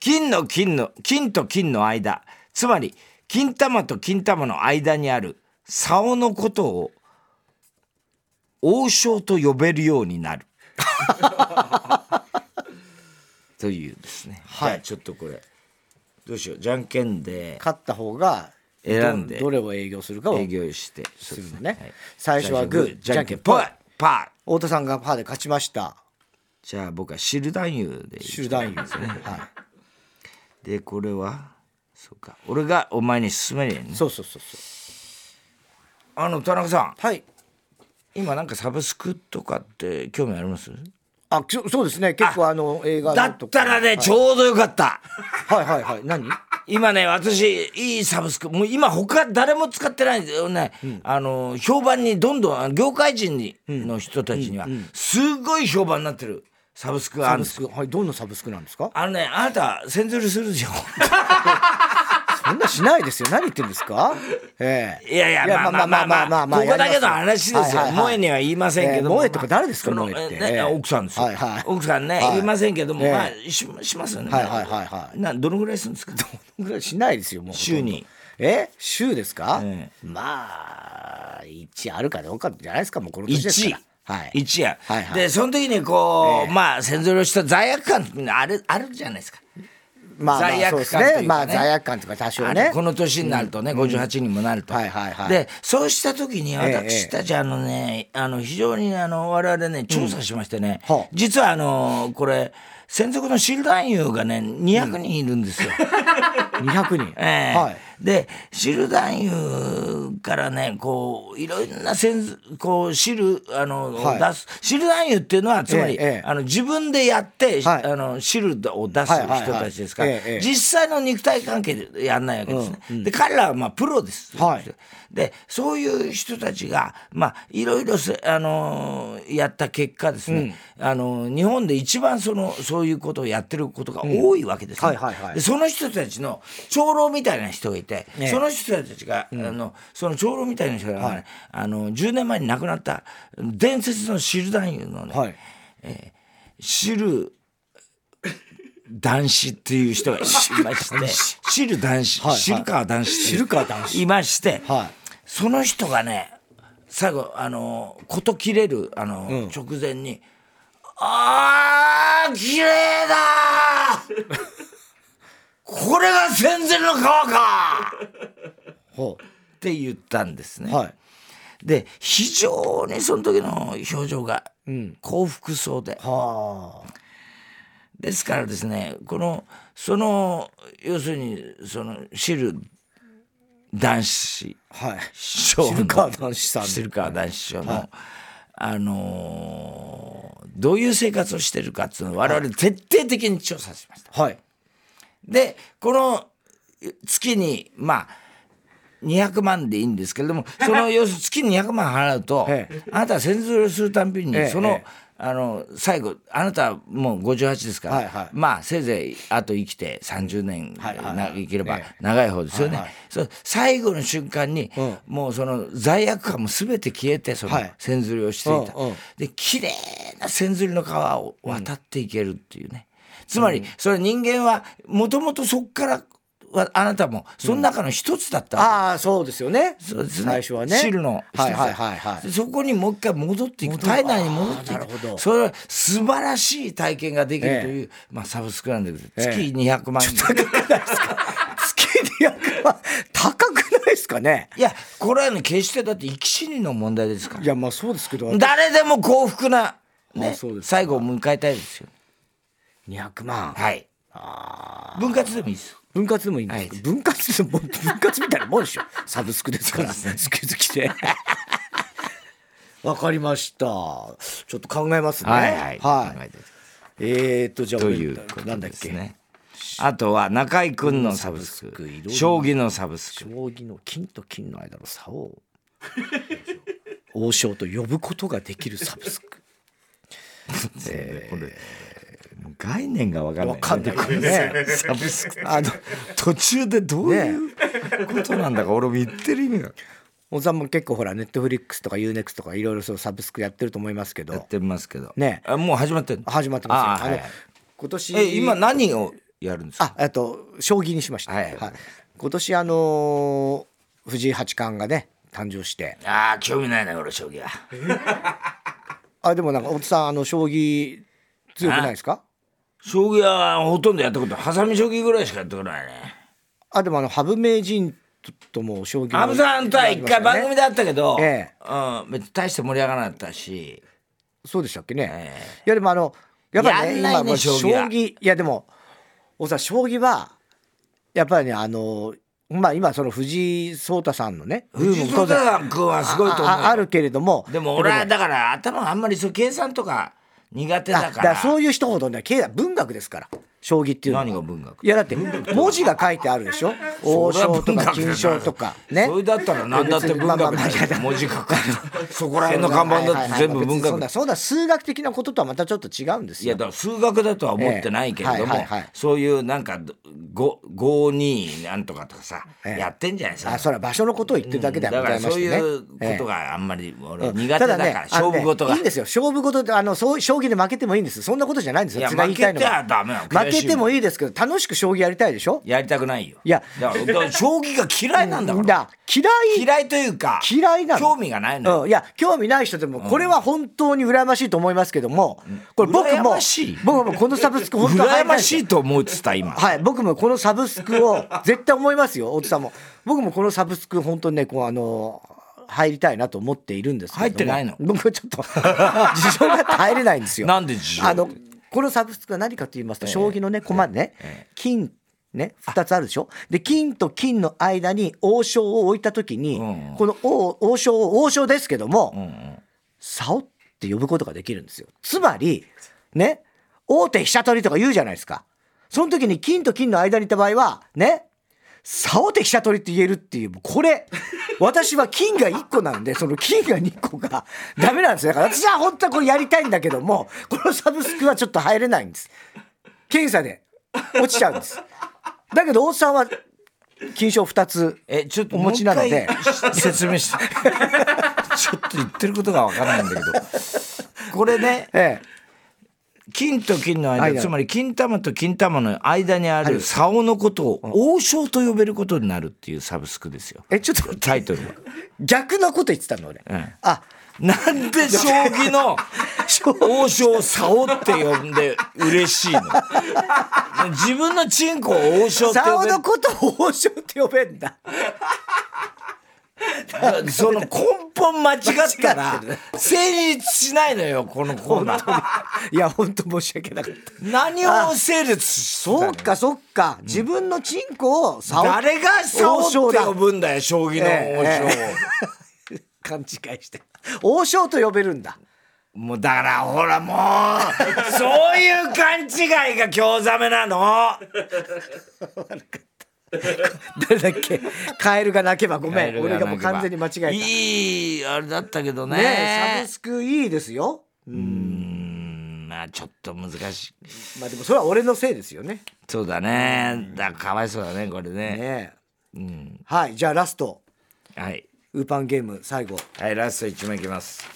金の金の、金と金の間。つまり、金玉と金玉の間にある竿のことを、王将と呼べるようになる。 [laughs] というですね。
はい
じゃあちょっとこれ。どうしよう。じゃんけんで
勝った方が
選んで
どどれを営業するかを
営業して。
するのね
はい。
最初はグー、じ
じゃ
ゃ
ん
ん
け
け
ん
ん
ぽ
ぽ
い
い。
パー
太田さんがパーで勝ちました。
じゃあ僕は汁男優でいい
集団員ですね。は
でこれはそうか俺がお前に勧めるやんね
い。そうそうそうそう。
あの田中さん
はい。
今なんかサブスクとかって興味あります
あ、きょそうですね。結構あの映画
だ
の
っ
とか
たらね、
はい
ちょうどよかった
はいはいはい。何？
今ね私いいサブスクもう今他誰も使ってないよね、あの評判にどんどんあの業界人に、の人たちにはすごい評判になってるサブスクがあ
サ
るん
ブ
です
スクはいどんなサブスクなんですか
あのねあなた千鶴するじゃん
そんなしないですよ何言ってんで
[laughs]
すかええ
いやいやまあまあまあまあまあここだけの話ですよ
はいはいはい
萌えには言いませんけども
ええ萌えとか誰ですか
その
萌えって
ね
ええ
奥さんですよ
はいはい
奥さんね
はい
言いませんけども
ええ
まあししますよね
はいはいはいはい
などのぐらいするんですか
ぐらいしないですよもうほとんど
週に
え週ですか、
え
まあ1あるかどうかじゃないですかもうこの年ですからはい
一夜、
はいはい
でその時にこう、
ええ
まあ先祖をした罪悪感あるあるじゃないですか
まあまあ
罪悪感
そうです
という
ね
かね
まあ罪悪感とか多少
あ
ね
のこの年になるとね、58にもなると、
はいはいはい
でそうした時に
ええ
私たちあのね、あの非常にあの我々ね調査しましてね、
はあ
実はあのこれ専属の新男優がね200人いるんですよ。
200人、
ええ
はい
で汁男優からねこういろんなせんこう汁あの、
はい
出す汁男優っていうのはつまり、
ええええ
あの自分でやって、
はい
あの汁を出す
はいはいはい
人たちですから、
ええええ
実際の肉体関係でやんないわけですね。で彼らはまあプロです。
はい
でそういう人たちがまあいろいろせあのやった結果ですね、あの日本で一番そのそういうことをやってることが多いわけですね。
はいはいはい
でその人たちの長老みたいな人がいて、
ええ
その人たちが、あのその長老みたいな人がね、あの10年前に亡くなった伝説のシル男優のね、
はい
シル男子っていう人がいまして、シル男子、
はい
シルカー男子ってい
シ
う
ルカー男子
いまして、
はい
その人がね最後あの事切れるあの、
うん
直前に「あー綺麗だ [laughs] ーこれが戦前の川か!」
ほ
って言ったんです
う
ね。
はい
で非常にその時の表情が幸福そうで、
はあ
ですからですねこのその要するにその知る男子
はい
師匠の
シルカー男子さん
知るか男子師匠の、あのーどういう生活をしてるかっていうのを我々徹底的に調査しました。
はい
でこの月にまあ200万でいいんですけれ
[laughs]
どもその要するに月に200万払うと、
ええ
あなたは先祖をするたんびに、
ええ
その、
ええ
あの最後あなたはもう58ですから、
はいはい
まあせいぜいあと生きて30年、
はいはい
な生きれば
ええ
長い方ですよね、
はいはい
そう最後の瞬間に、
うん
もうその罪悪感も全て消えてその
はい
千鶴をしていた、
うんうん
で綺麗な千鶴の川を渡っていけるっていうね、つまりそれ人間はもともとそこからはあなたもその中の一つだったわ
ああそうですよね
け、そうですね
最初はね
汁の一つだ
はいはいはいはい
でそこにもう一回戻っていく
戻る
体内に戻ってい
あーなる
く
ほど
それは素晴らしい体験ができ
え
る
え
という、まあ、サブスクなんですけ
え
ど
え
月200万円、
月200万高くないですかね
いやこれはね決してだって生き死にの問題ですから
いやまあそうですけど
誰でも幸福な、ね
あそうですか
最後を迎えたいですよ。
200万
はい。分割でもいいですよ。
分割でもいいんですか、
はい
分割でも分割みたいなもんでしょサブスクですから好き好きで [laughs] わかりましたちょっと考えますね
考えて
えー、っとじゃあ
ということ
なんだっ
です
け、
ね。あとは中井くんのサブス
サブスクいろい
ク、
ろ
将棋のサブスク
将。棋の金と金の間の差を王将と呼ぶことができるサブスク
これもう概念がわかんない。
わかんない
これ
ね
サブスク。あの途中でどういうことなんだか俺も言ってる意味が。
小沢も結構ほらネットフリックスとか UNEXT とかいろいろそうサブスクやってると思いますけ
や
ど
ってますけど。
ね
あもう始まってんの。
始まってますよ
あはい
あの今年
え今何をやるんですか。
あ、えっと、将棋にしました。
はい
今年、あのー藤井八冠がね、誕生して。
ああ興味ないな俺将棋は。
あ、でも、なんか、おつさん、あの、将棋。強くないですか。
将棋はほとんどやったことハサミ将棋ぐらいしかやったことないね
あ、でも、あの、羽生名人とも将棋。
阿部さんとは一回番組。であったけど、
え
うん、別に大して盛り上がらなかったし、
そうでしたっけね。
え
いや、でも、あの、やっぱり、
や
ね、
んないね
今、もう
将
将
棋は
棋、いや、でも。おつさん、将棋は。やっぱりね、あの、まあ、今、その藤井聡太さんのね。
藤井聡太さん君はすごいと思うよ
あああるけれども。
でも俺はだから頭あんまりそう計算とか苦手
あ
だ
だ
か
かららそういう人ほどね経済文学ですから将棋っていうのは
何が文学
いやだって文字が書いてあるでしょ王将とか金将とかね
それだったら何だって文
まあまあ
学
まあいや
だ
だ
よ文字
[laughs]
書くそこら辺の看板だって全部文
そうだ
学
そうだ数学的なこととはまたちょっと違うんです
いや
よ
だから数学だとは思ってないけれども、
ええはいはいはい
そういうなんか52なんとかとかさ、
ええ
やってんじゃないですか
あそれは場所のことを言ってるだけでは
だ
ご
か
ざい
ら
ま
そう
し
い
てね
うこ
ええ
とがあんまり俺
うん
苦手だから、
たねあの
勝
ね
負事が
いいんですよ勝負事であのそう将棋で負けてもいいんですそんなことじゃないんです
い
よ
や
私が言
負
い
け
たいの
ては
は
ダメなの
負けても
い
いいですけど楽しく将棋やりたいでしょ
やりたくないよ
いや
だからだから将棋が嫌いなんだから、
だ嫌い
嫌いというか
嫌いなの
興味がないのよ、
うん、いや興味ない人でもこれは本当に羨ましいと思いますけども、これ僕
羨
も
ましい
僕もこのサブスク本当は入
羨
りた
ま
いんです
し
よ
いと思うっつった今
はい僕もこのサブスクを絶対思いますよ大津さんも僕もこのサブスク本当にねこうあの入りたいなと思っているんですけれども
入ってないの
僕はちょっと [laughs] 事情があって入れないんですよ
なんで事情
あのこのサブスクは何かと言いますと、将棋のね駒ね、金ね2つあるでしょで金と金の間に王将を置いた時に、
うんうん
この王王将を王将ですけども、
うんうん
竿って呼ぶことができるんですよつまりね大手飛車取りとか言うじゃないですかその時に金と金の間にいた場合はね竿手飛車取りって言えるっていうこれ [laughs] 私は金が1個なんでその金が2個が [laughs] ダメなんですよだから私は本当はこれやりたいんだけどもこのサブスクはちょっと入れないんです検査で落ちちゃうんですだけど大津さんは金賞2つ
えちょっと
お持ちなので
もう一回説明して [laughs] ちょっと言ってることがわかんないんだけどこれね
ええ
金と金の間、
間
つまり金玉と金玉の間にあ
ある
る竿のことを王将と呼べることになるっていうサブスクですよ
えちょっと待って
タイトル
[laughs]
は。
逆なこと言ってたの俺、
ん
あ
なんで将棋の王将を竿って呼んで嬉しいの自分のチンコを王将って
竿
呼べ
のことを王将って呼べん [laughs] だ。
その根本間違った
間違っ
ら
てる
成立しないのよこのコーナー
いや、本当申し訳なかった。
何を成立し
そうか、そうか、自分のチンコを竿。
誰が竿って呼
王将だ
ぶんだよ将棋の王将を、
え勘違いして。王将と呼べるんだ。
もうだからほらもうそういう勘違いが興ざめなの
誰だっけ、カエルが鳴けば、ごめん、
俺
俺がもう完全に間違えた。ね
いいあれだったけどね
え、サブスクいいですよ。
うんまあちょっと難しい
まあ、でも、それは俺のせいですよね。
そうだねだかわいそうだねこれね
ね
うん
え、はい、じゃあ、ラスト。
はい
ウーパンゲーム、最後。
はいラスト1枚いきます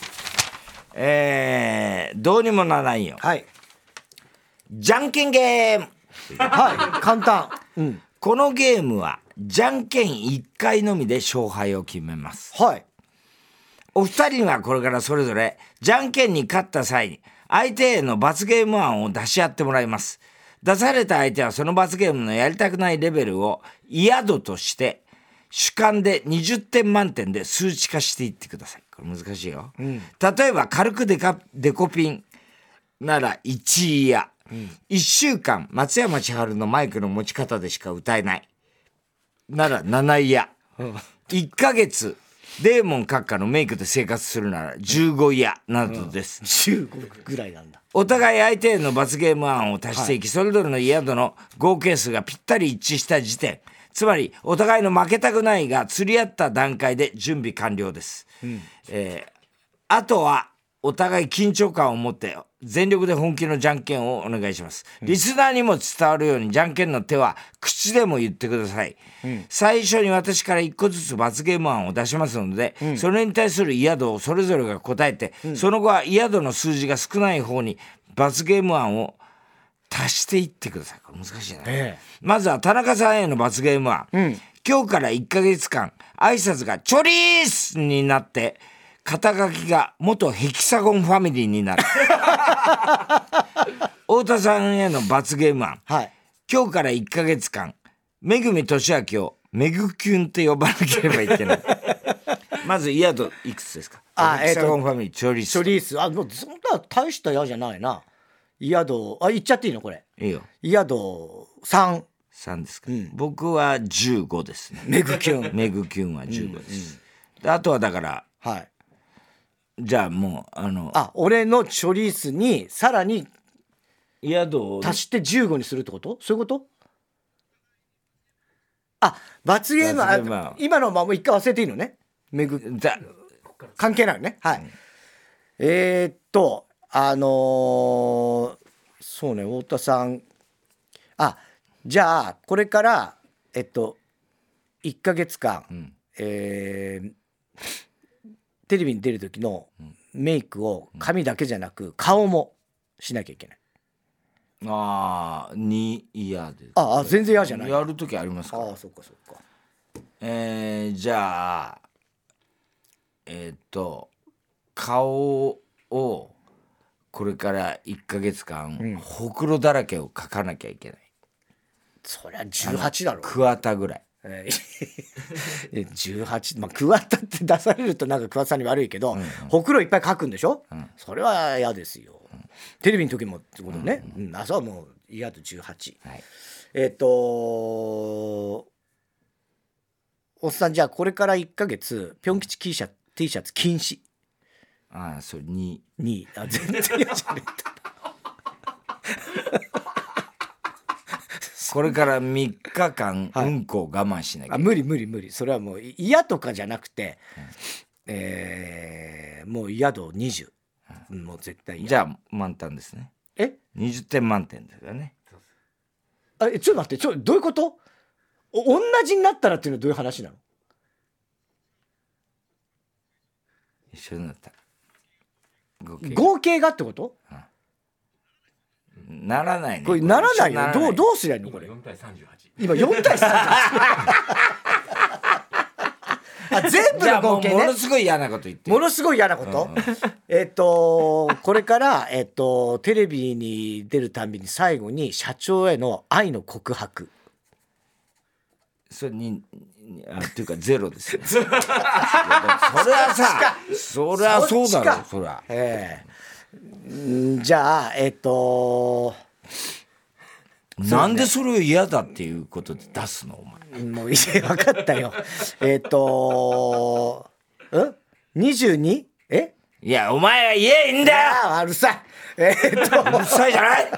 えー、どうにもならないよ
はい。
じゃんけんゲーム
はい、簡単。うん。
このゲームはじゃんけん1回のみで勝敗を決めます
はい。
お二人はこれからそれぞれ、じゃんけんに勝った際に、相手への罰ゲーム案を出し合ってもらいます。出された相手はその罰ゲームのやりたくないレベルを、嫌度として、主観で20点満点で数値化していってください。これ難しいよ。例えば、軽くデカデコピンなら1位や、1週間松山千春のマイクの持ち方でしか歌えない。なら7位や。1ヶ月、デーモン閣下のメイクで生活するなら15位や、などです。
十五ぐらいなんだ。
お互い相手への罰ゲーム案を足していき、それぞれの嫌度の合計数がぴったり一致した時点、つまり、お互いの負けたくないが釣り合った段階で準備完了です。えーあとは、お互い緊張感を持って、全力で本気のじゃんけんをお願いします。リスナーにも伝わるように、じゃんけんの手は口でも言ってください。最初に私から一個ずつ罰ゲーム案を出しますので、それに対する嫌度をそれぞれが答えて、その後は嫌度の数字が少ない方に罰ゲーム案を足していってください。これ難しいね。
ええ
まずは田中さんへの罰ゲームは、今日から1ヶ月間、挨拶がチョリースになって、肩書きが元ヘキサゴンファミリーになる。太田さんへの罰ゲーム案、
はい。
今日から1ヶ月間、めぐみとしあきをめぐきゅんって呼ばなければいけない。まず、嫌といくつですか
あ
ヘキサゴンファミリー、チョリース。
処理数あもうそんな大した矢じゃないな宿あ言っちゃっていいのこれ
いいよ。
宿三
3ですか、僕は15ですね。
メグキュン
メグキュンは15です、であとはだから
はい
じゃあもうあの
あ俺の処理数にさらに
宿を
足して15にするってことそういうことあ罰ゲーム
罰ゲームは
あ今のまま一回忘れていいのねめぐ
だ
関係ないのねはい、えー、っとあのーそうね太田さんあじゃあこれからえっと1ヶ月間、
うん
えーテレビに出る時のメイクを髪だけじゃなく顔もしなきゃいけない。
ああに嫌で
ああ全然嫌じゃない。あ
やる時ありますか
あそっかそっか。
えー、じゃあえーっと顔をこれから1か月間、ほくろだらけを描かなきゃいけない
そりゃ18だろ。
桑田ぐらい
[laughs] えー18まあクワタって出されるとなんかクワタさんに悪いけど、ほくろいっぱい書くんでしょ、それは嫌ですよ、テレビの時もってことね、うん朝はもう嫌と18
はい
えっ、とおっさんじゃあこれから1ヶ月ピョン吉 T シャツ T シャツ禁止
ああそれに
にあ全然嫌じゃね [laughs]
これから3日間、
はい
うんこを我慢しなきゃ
あ
いけない
無理無理無理それはもう嫌とかじゃなくて、えーもう嫌度20、うんもう絶対嫌
じゃあ満タンですね
え
20点満点ですよね
あえちょっと待ってちょどういうことお同じになったらっていうのはどういう話なの
一緒になったら合計
合計がってこと
ならないね
これならない
一緒に
よどうどうすりゃいいのこれ
4対38
今4対3 [laughs] あ全部
じゃあ
の
も
合
う
計
も
ね
のすごい嫌なこと言って
ものすごい嫌なこと、えっとこれから、えっと、テレビに出るたんびに最後に社長への愛の告白
それににあっていうかゼロ
[laughs]
ですよそれはさそれはそうだ
そっち
ろ
か
そりゃ
ええんじゃあえっと
なんでそれを嫌だっていうことで出すのお前
もういい分かったよえっとうん22え
いやお前は言えいいんだよ
ああうるさいえっと
うるさいじゃない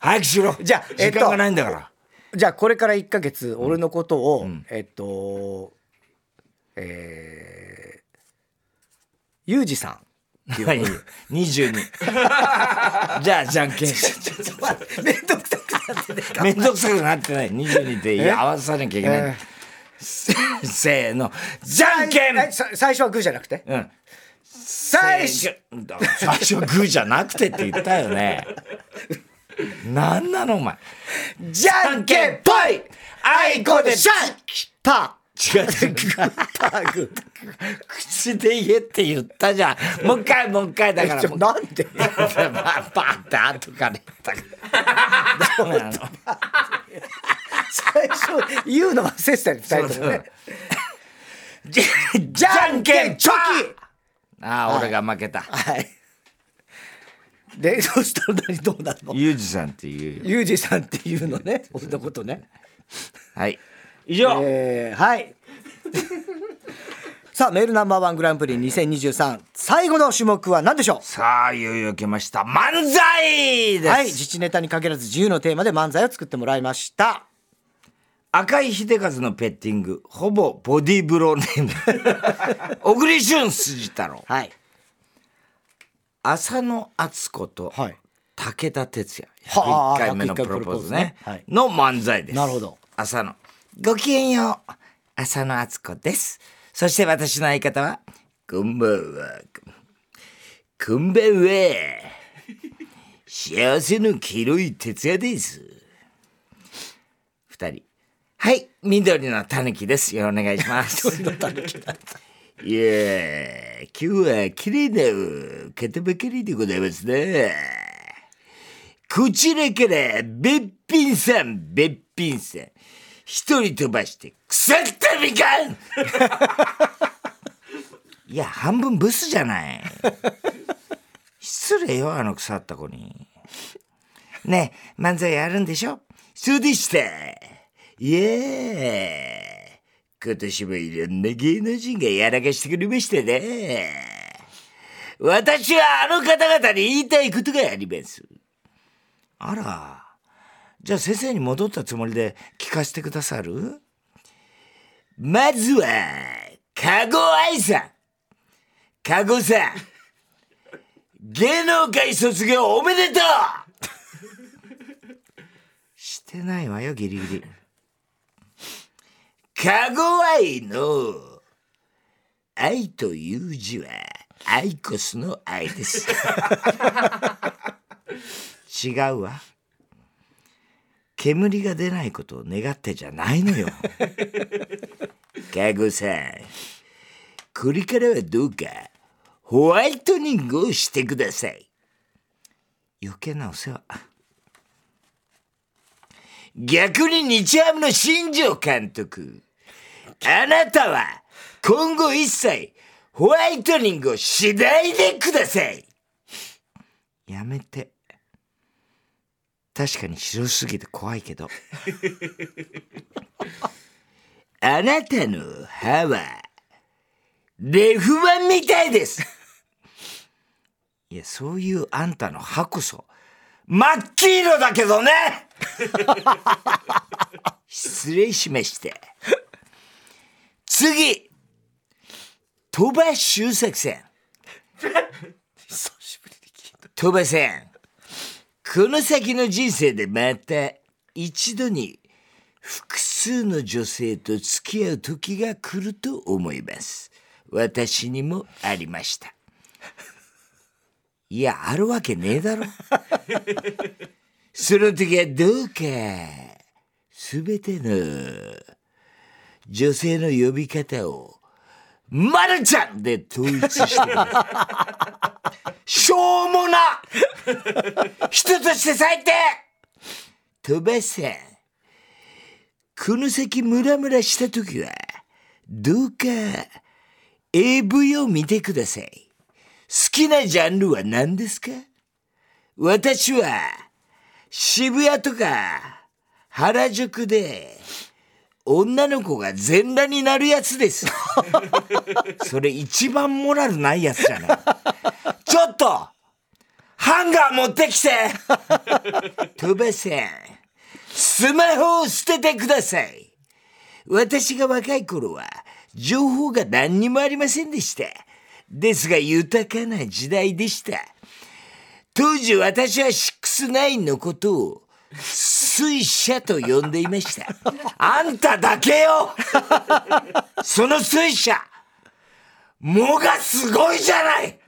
早くしろ
じゃあえっ
時
と
間がないんだから
じゃあこれから1ヶ月俺のことを、えっとえー、ユージさん
はい22じゃあじゃんけんして
めんどくさくなってね
めんどくさくなってない22でいや合わさなきゃいけない、
え
せーのじゃんけん
えさ最初はグーじゃなくて
うん
最初
だから最初グーじゃなくてって言ったよねなんなのお前
じゃんけんぽい
あいこでし
シ
ょ
ャンパ
違う違う
ーパーグー
口で言えって言ったじゃんもう一回もう一回だから
ち
も
ょ
う一
なんで
回 [laughs] バンバンって後から言ったからダメなの
最初言うの忘れてたね2人ともね
[laughs] じ
じゃんけんチョ
ああ俺が負けた
キはいでそしたら何どうなるの
ユージさんっていうよ
ユージさんっていうのね俺のことね
はい以上、
えーはい [laughs] さあメールナンバーワングランプリ2023最後の種目は何でしょう
さあいよいよ来ました漫才です、
はい自治ネタに限らず自由のテーマで漫才を作ってもらいました
赤井秀和のペッティングほぼボディーブローネーム [laughs] 小栗旬筋太郎
はい
浅野敦子と
はい
武田鉄矢
はあ
101回目のプロポーズね
101回目
の漫才です
なるほど
浅野ごきげんよう浅野敦子ですそして私の相方はこんばんはこんばんは幸せの黄色い徹也です二人はい緑のたぬきですよろしくお願いしますいやー、今日は綺麗な方ばかりでございますね。こちらから、べっぴんさん、べっぴんさん。一人飛ばして、腐ったみかんいや、半分ブスじゃない。失礼よ、あの腐った子に。ねえ、漫才やるんでしょそうでした。いやー、今年もいろんな芸能人がやらかしてくれましたね。私はあの方々に言いたいことがあります。あら。じゃあ先生に戻ったつもりで聞かせてくださるまずは、かご愛さん。かごさん。芸能界卒業おめでとう [laughs] してないわよ、ギリギリ。かご愛の愛という字はアイコスの愛です違うわ煙が出ないことを願ってじゃないのよかごさんこれからはどうかホワイトニングをしてください余計なお世話逆に日ハムの新庄監督あなたは今後一切ホワイトニングをしないでくださいやめて確かに白すぎて怖いけどあなたの歯はレフ板みたいですいやそういうあんたの歯こそ真っ黄色だけどね失礼しました次鳥羽周作さん
[laughs] 久しぶりに聞いた
鳥羽さんこの先の人生でまた一度に複数の女性と付き合う時が来ると思います私にもありましたいやあるわけねえだろその時はどうか全ての女性の呼び方を「まるちゃん!」で統一してますしょうもな人として最低飛ばせこの先ムラムラした時はどうか AV を見てください好きなジャンルは何ですか私は渋谷とか原宿で女の子が全裸になるやつです。それ一番モラルないやつじゃない。ちょっとハンガー持ってきて [laughs] 飛ばせスマホを捨ててください私が若い頃は情報が何にもありませんでしたですが豊かな時代でした当時私は69のことを水車と呼んでいましたあんただけよその水車もがすごいじゃない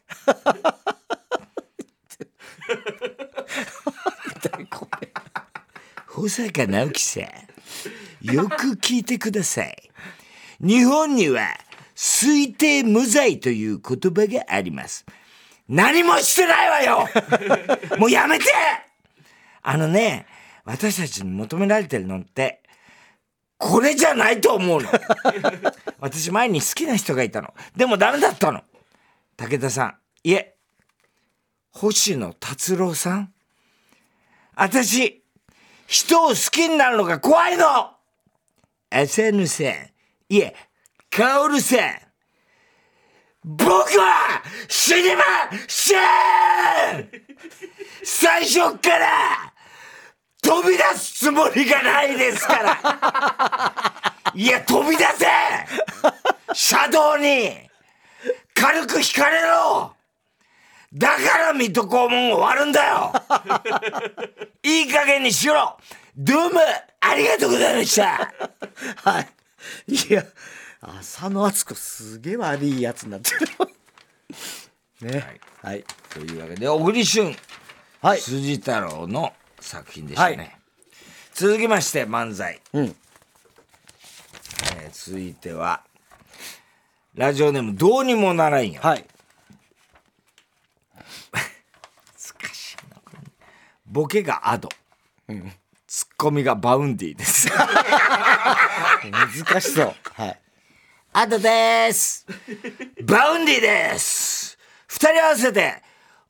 保坂直樹さんよく聞いてください日本には推定無罪という言葉があります何もしてないわよもうやめてあのね私たちに求められてるのってこれじゃないと思うの私前に好きな人がいたのでもダメだったの武田さんいえ星野達郎さん私人を好きになるのが怖いの浅野さんいえ薫さん僕は死にません最初っから飛び出すつもりがないですからいや飛び出せ車道に軽く引かれろだから水戸黄門終わるんだよいい加減にしろどうもありがとうございました
はいいや浅野敦子すげえ悪いやつになってるねはい
[laughs] というわけで小栗旬
はい、
辻太郎の作品でしたね、
はい
続きまして漫才、
うん
えー続いてはラジオネームどうにもならんよ
はい、
難しいなこれボケがアド、ツッコミがバウンディです
難しそうはい
アドですバウンディです二人合わせて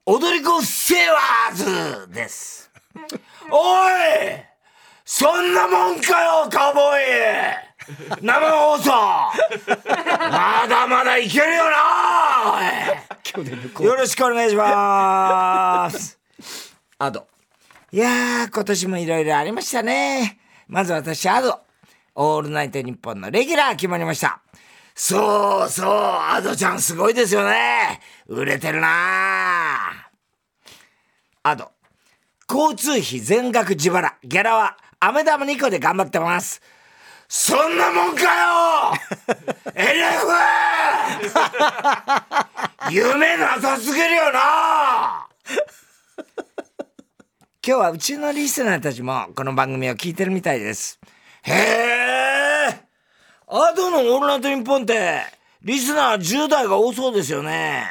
踊り子セーワーズですおいそんなもんかよカウボーイ生放送まだまだいけるよなおい
今日で向こう
よろしくお願いします。アド。いやー、今年もいろいろありましたね。まず私、アド。オールナイトニッポンのレギュラー決まりました。そうそう、アドちゃんすごいですよね。売れてるなーアド。交通費全額自腹。ギャラは、飴玉2個で頑張ってます。そんなもんかよ !LF! 夢なさすぎるよな今日はうちのリスナーたちもこの番組を聞いてるみたいです。へえアドのオールナイトニッポンって、リスナー10代が多そうですよね。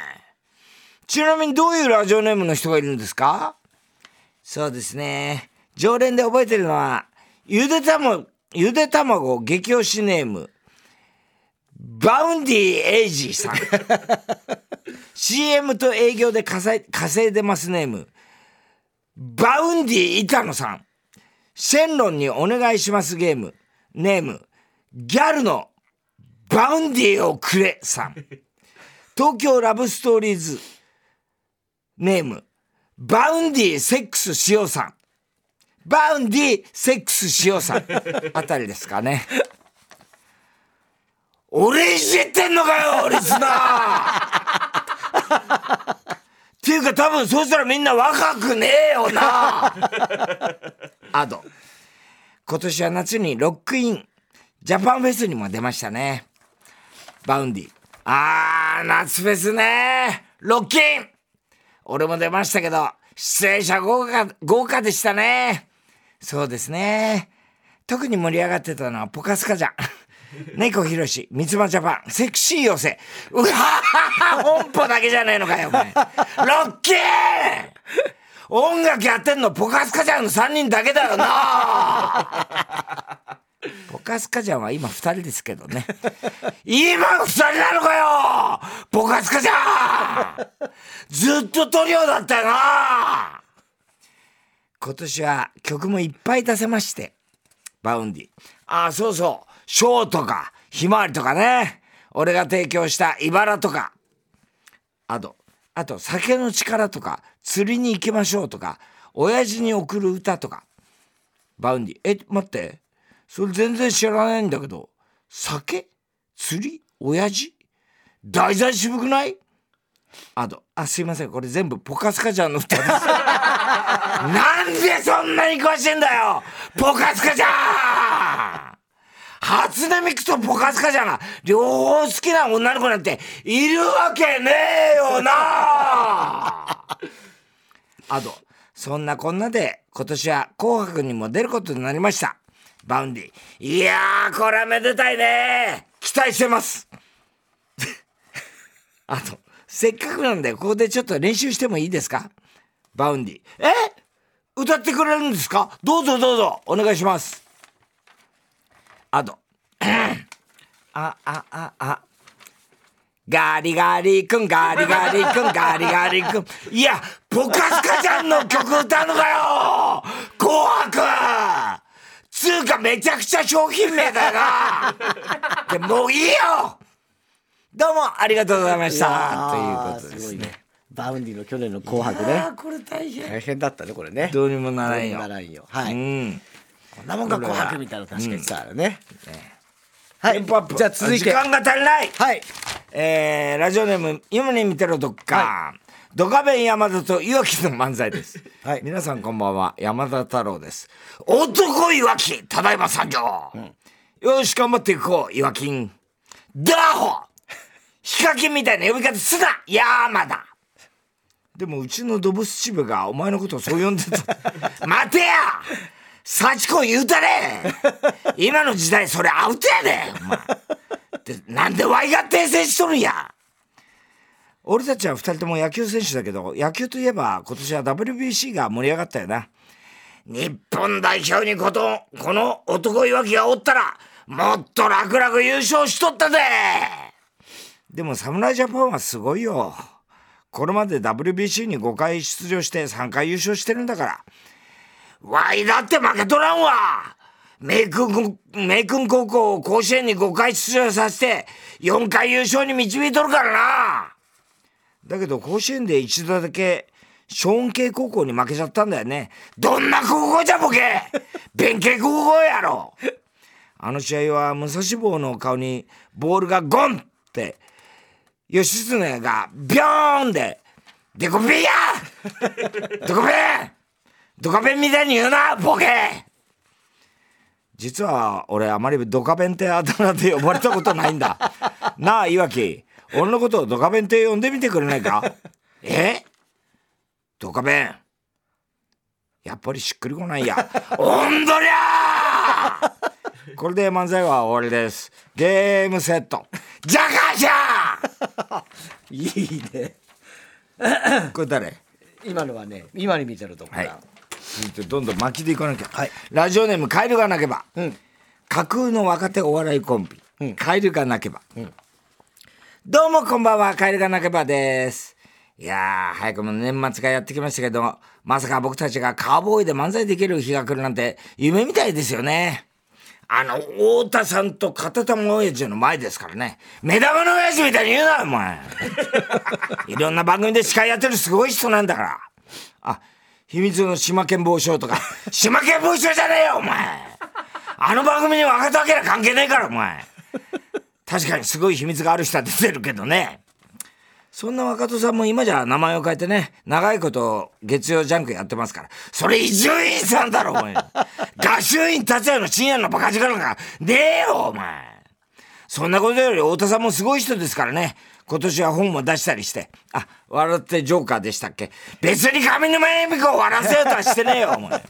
ちなみにどういうラジオネームの人がいるんですかそうですね。常連で覚えてるのは、ゆでたま、ゆで卵激推しネーム、バウンディエイジーさん。CM と営業で稼い稼いでますネーム、バウンディ板野さん。シェンロンにお願いしますゲーム。ネーム、ギャルのバウンディをくれさん。東京ラブストーリーズ。ネーム、バウンディセックスしようさん。バウンディセックスしようさん。あたりですかね。俺いじってんのかよ、リスナーっていうか多分そうしたらみんな若くねえよなアド今年は夏にロックインジャパンフェスにも出ましたねバウンディあー夏フェスねロッキン俺も出ましたけど出演者豪華豪華でしたねそうですね特に盛り上がってたのはポカスカじゃん [laughs] 猫ひろし、三つ葉ジャパン、セクシー寄せ。うわぁ本舗だけじゃねえのかよ、お前。ロッキー音楽やってんのポカスカジャンの3人だけだよな [laughs] ポカスカジャンは今2人ですけどね。今2人なのかよポカスカジャンずっとトリオだったよな今年は曲もいっぱい出せまして。バウンディ。ああ、そうそう。ショーとか、ひまわりとかね。俺が提供したイバラとか。あと、あと、酒の力とか、釣りに行きましょうとか、親父に送る歌とか。バウンディ。え、待って。それ全然知らないんだけど、酒釣り親父題材渋くないあと、あ、すいません。これ全部ポカスカジャンの歌です。 [laughs] なんでそんなに詳しいんだよポカスカじゃん初音ミクとポカスカじゃが両方好きな女の子なんているわけねえよな [laughs] あと、そんなこんなで今年は紅白にも出ることになりました。バウンディ。いやー、これはめでたいね期待してますあと、せっかくなんで、ここでちょっと練習してもいいですかバウンディ。え歌ってくれるんですかどうぞどうぞ、お願いします。あと、 [coughs] あ、あ、あ、あ。ガリガリ君、ガリガリ [laughs] 君、ガリガリ君。いや、ポカスカちゃんの曲歌うのかよ紅白つうかめちゃくちゃ商品名だよ [laughs] なでもういいよどうもありがとうございましたということですね。
バウンディの去年の紅白ね
あ。ーこれ大変。
大変だったね、これね。
どうにもなら
どうんにも
よ
な。らんよ。は
う
い。
ん。
こんなもんが紅白みたいなの確かにさ、ね。は
テ
い
ンポアッ。プ。
じゃあ続いて。
時
は
間が足りない。
い。
えーラジオネーム、夢に見てろどっか。ドカベン山田と岩木の漫才です。
[laughs] はい
皆さんこんばんは。山田太郎です。男岩木、ただいま参上。よし、頑張っていこう、岩金。ダーホヒカキンみたいな呼び方すな山田でもうちのドブスチ部がお前のことをそう呼んで
[laughs]
た。待てや幸子言うたれ今の時代それアウトやでお前でなんでワイが訂正しとるんや俺たちは二人とも野球選手だけど、野球といえば今年は WBC が盛り上がったよな。日本代表にこと、この男いわきがおったら、もっと楽々優勝しとったぜでも侍ジャパンはすごいよ。これまで WBC に5回出場して3回優勝してるんだから。わいだって負けとらんわ名君、名君高校を甲子園に5回出場させて、4回優勝に導いとるからなだけど甲子園で一度だけショーン系高校に負けちゃったんだよね。どんな高校じゃボケ弁慶高校やろあの試合は武蔵坊の顔にボールがゴンって、義経がビョーンで、デコペンやドコペンドカペンみたいに言うなボケ実は俺あまりドカベンってあだ名で呼ばれたことないん [laughs] だなあいわき俺のことをドカベンって呼んでみてくれない [laughs] かえドカベンやっぱりしっくりこないやおんどりゃ [laughs] ーこれで漫才は終わりですゲームセットジャカジャ
いいね
ーこれ誰
今のはね今に見てるとこ
は
ろ
い。続いてどんどん巻きでいかなきゃ。ラジオネーム、カエルがなけば。架空の若手お笑いコンビ、カエルがなけば。どうもこんばんは、カエルがなけばです。いやー、早くも年末がやってきましたけど、まさか僕たちがカーボーイで漫才できる日が来るなんて夢みたいですよね。あの、太田さんと片玉親父の前ですからね。目玉の親父みたいに言うな、お前。いろんな番組で司会やってるすごい人なんだから。あ、秘密の島県防署とか、島県防署じゃねえよ、お前。あの番組に若手明関係ねえから、お前。確かにすごい秘密がある人は出てるけどね。そんな若戸さんも今じゃ名前を変えてね、長いこと月曜ジャンクやってますから。それ伊集院さんだろ、お前。合衆院達也の深夜のバカ力なんかねえよ、お前。そんなことより太田さんもすごい人ですからね。今年は本も出したりして。あ、笑ってジョーカーでしたっけ別に上沼恵美子を笑わせようとはしてねえよ、お前。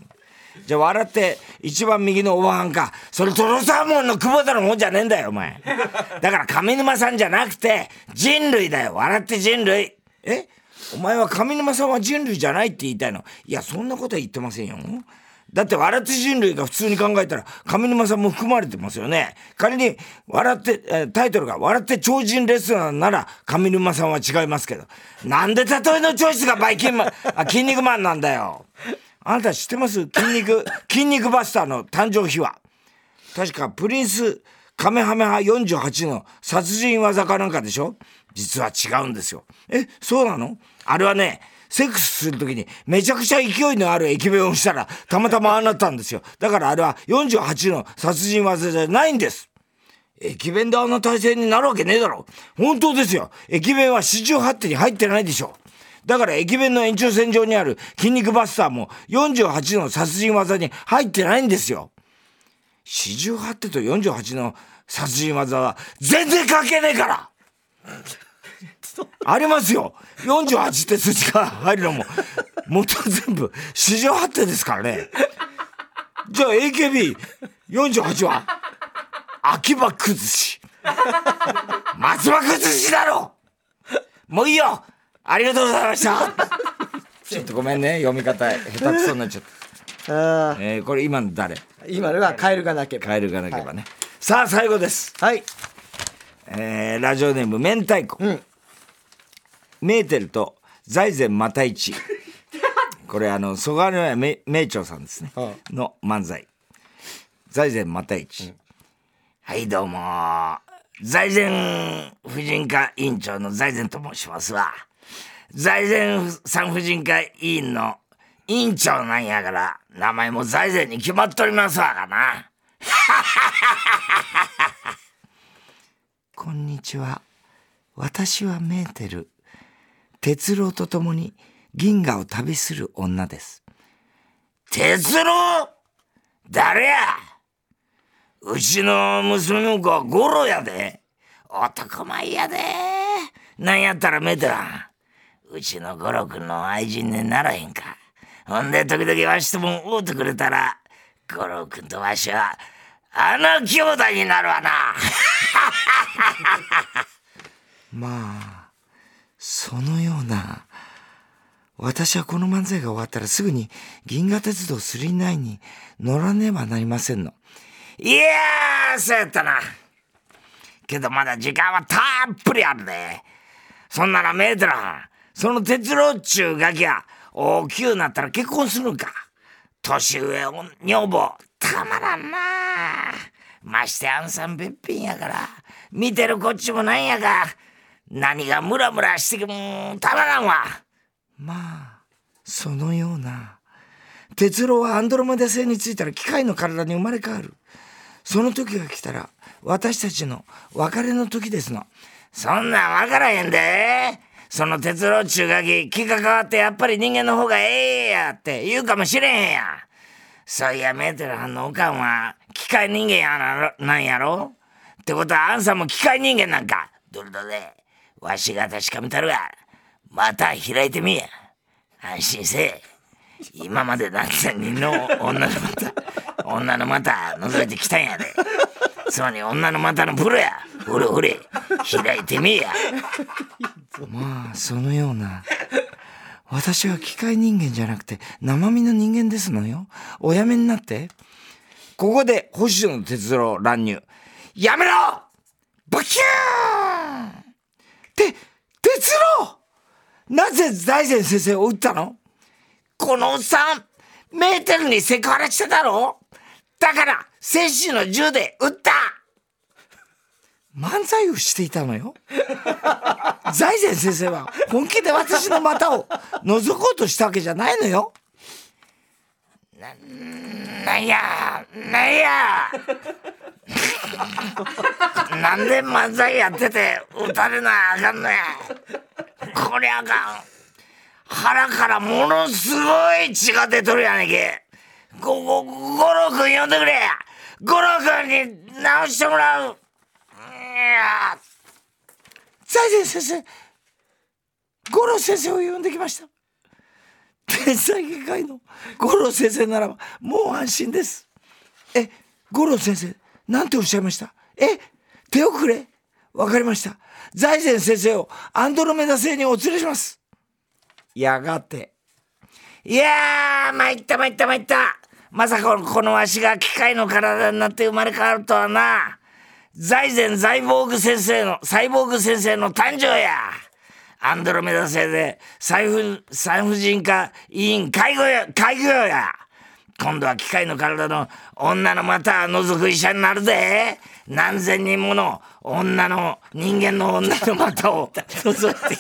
じゃあ笑って一番右のおばはんか。それトロサーモンの久保田の方じゃねえんだよ、お前。だから上沼さんじゃなくて人類だよ。笑って人類。えお前は上沼さんは人類じゃないって言いたいの。いや、そんなことは言ってませんよ。だって、笑って人類が普通に考えたら、上沼さんも含まれてますよね。仮に、笑って、えータイトルが、笑って超人レスラーなら、上沼さんは違いますけど。なんで例えのチョイスがバイキンマン、あ、筋肉マンなんだよ。あなた知ってます筋肉、 [coughs] 筋肉バスターの誕生秘話。確かプリンスカメハメハ48の殺人技かなんかでしょ実は違うんですよ。え、そうなのあれはね、セックスするときにめちゃくちゃ勢いのある疫病をしたらたまたまああなったんですよ。だからあれは48の殺人技じゃないんです。駅弁であんな体制になるわけねえだろ。本当ですよ。駅弁は四十八手に入ってないでしょ。だから駅弁の延長線上にある筋肉バスターも48の殺人技に入ってないんですよ。四十八手と四十八の殺人技は全然関係ねえからありますよ !48 って数字が入るのも、元は全部四十八手ですからね。じゃあ AKB48 は、秋葉崩し。松葉崩しだろもういいよありがとうございましたちょっとごめんね、読み方下手くそになっちゃった。
あー
えーこれ今の誰
今のはカエルがなけば
カエルがなければね。さあ、最後です。
はい
えーラジオネーム、明太子。
うん
メーテルと財前又一。 [laughs] これ、あの、蘇我の名名長さんですね。
は
の漫才。財前又一。はい、どうも。財前婦人科委員長の財前と申しますわ。財前産婦人科委員の委員長なんやから、名前も財前に決まっとりますわがな。こんにちは。私はメーテル。鉄郎と共に銀河を旅する女です。鉄郎誰やうちの娘婿はゴロやで。男前やで。なんやったらメテラン。うちのゴロくんの愛人にならへんか。ほんで、時々わしとも会うてくれたら、ゴロくんとわしは、あの兄弟になるわな。まあ、そのような。私はこの漫才が終わったらすぐに銀河鉄道999に乗らねばなりませんの。いやー、そうやったな。けどまだ時間はたっぷりあるね。そんならメートラン、その鉄郎っちゅうガキは、大きゅうなったら結婚するんか。年上お女房、たまらんなましてあんさんべっぴんやから、見てるこっちもなんやか。何がムラムラしてきもたまらんわ。まあ、そのような哲郎はアンドロメダ星に着いたら機械の体に生まれ変わるその時が来たら私たちの別れの時ですのそんなん分からへんでその哲郎中がき気が変わってやっぱり人間の方がええやって言うかもしれへんやそういやメーテルはんのおかんは機械人間やななんやろってことはあんさんも機械人間なんかどれどれわしが確かめたるわまた開いてみや安心せえ今まで何千人の女の股女の股覗いてきたんやでつまり女の股のプロやほれほれ開いてみえやまあそのような私は機械人間じゃなくて生身の人間ですのよおやめになってここで星野哲郎乱入やめろバキューンて哲郎なぜ財前先生を撃ったのこのおっさん、メーテルにセクハラしただろだから、戦士の銃で撃った漫才をしていたのよ。財前先生は本気で私の股を覗こうとしたわけじゃないのよ。な、なんや、なんや。なんで漫才やってて撃たれなあかんのや。こりゃあかん。腹からものすごい血が出とるやねんけ。ご、ご、ごろくん呼んでくれごろくんに直してもらういや財前先生、五郎先生を呼んできました。天才外科医の五郎先生ならば、もう安心です。え、五郎先生、なんておっしゃいましたえ、手遅れわかりました。財前先生をアンドロメダ星にお連れします。やがて。いやー、参った参った参った。まさかこのわしが機械の体になって生まれ変わるとはな。財前サイボーグ先生の、サイボーグ先生の誕生や。アンドロメダ製で産婦、産婦人科委員介護や、介護や。今度は機械の体の女のまた覗く医者になるぜ。何千人もの女の人間の女の股を覗いてき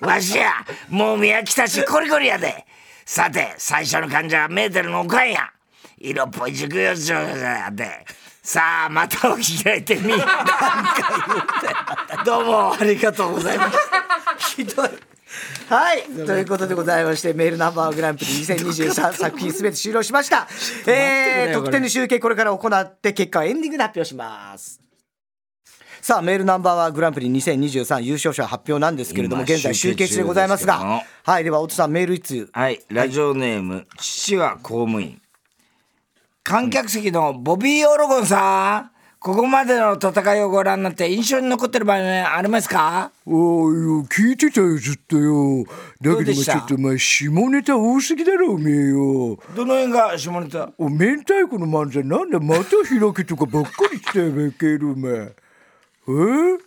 た。 [laughs] わしや、もう宮来たしコリコリやで。さて、最初の患者はメーテルのおかんや。色っぽい熟養長やで。さあ、股を開いて [laughs] み。どうもありがとうございました。
ひどい。はい。ということでございまして、メールナンバーワングランプリ2023作品すべて終了しました。えー、得点の集計これから行って、結果はエンディングで発表します。さあ、メールナンバーワングランプリ2023優勝者発表なんですけれども、
今
現在集計中でございます
集計中で
が
すけ、
はい。では、太田さん、メールいつ
はい、ラジオネーム、父は公務員。観客席のボビー・オロゴンさん、ここまでの戦いをご覧になって印象に残ってる場面ありますか
おおよ聞いてたよずっとよだ
どう
け
で
ど
し
ち
た
ょっとお前下ネタ多すぎだろおめえよ
どの辺が下ネタ
お明太子の漫才なんだまた開きとかばっかりしてたよべけるお前えー、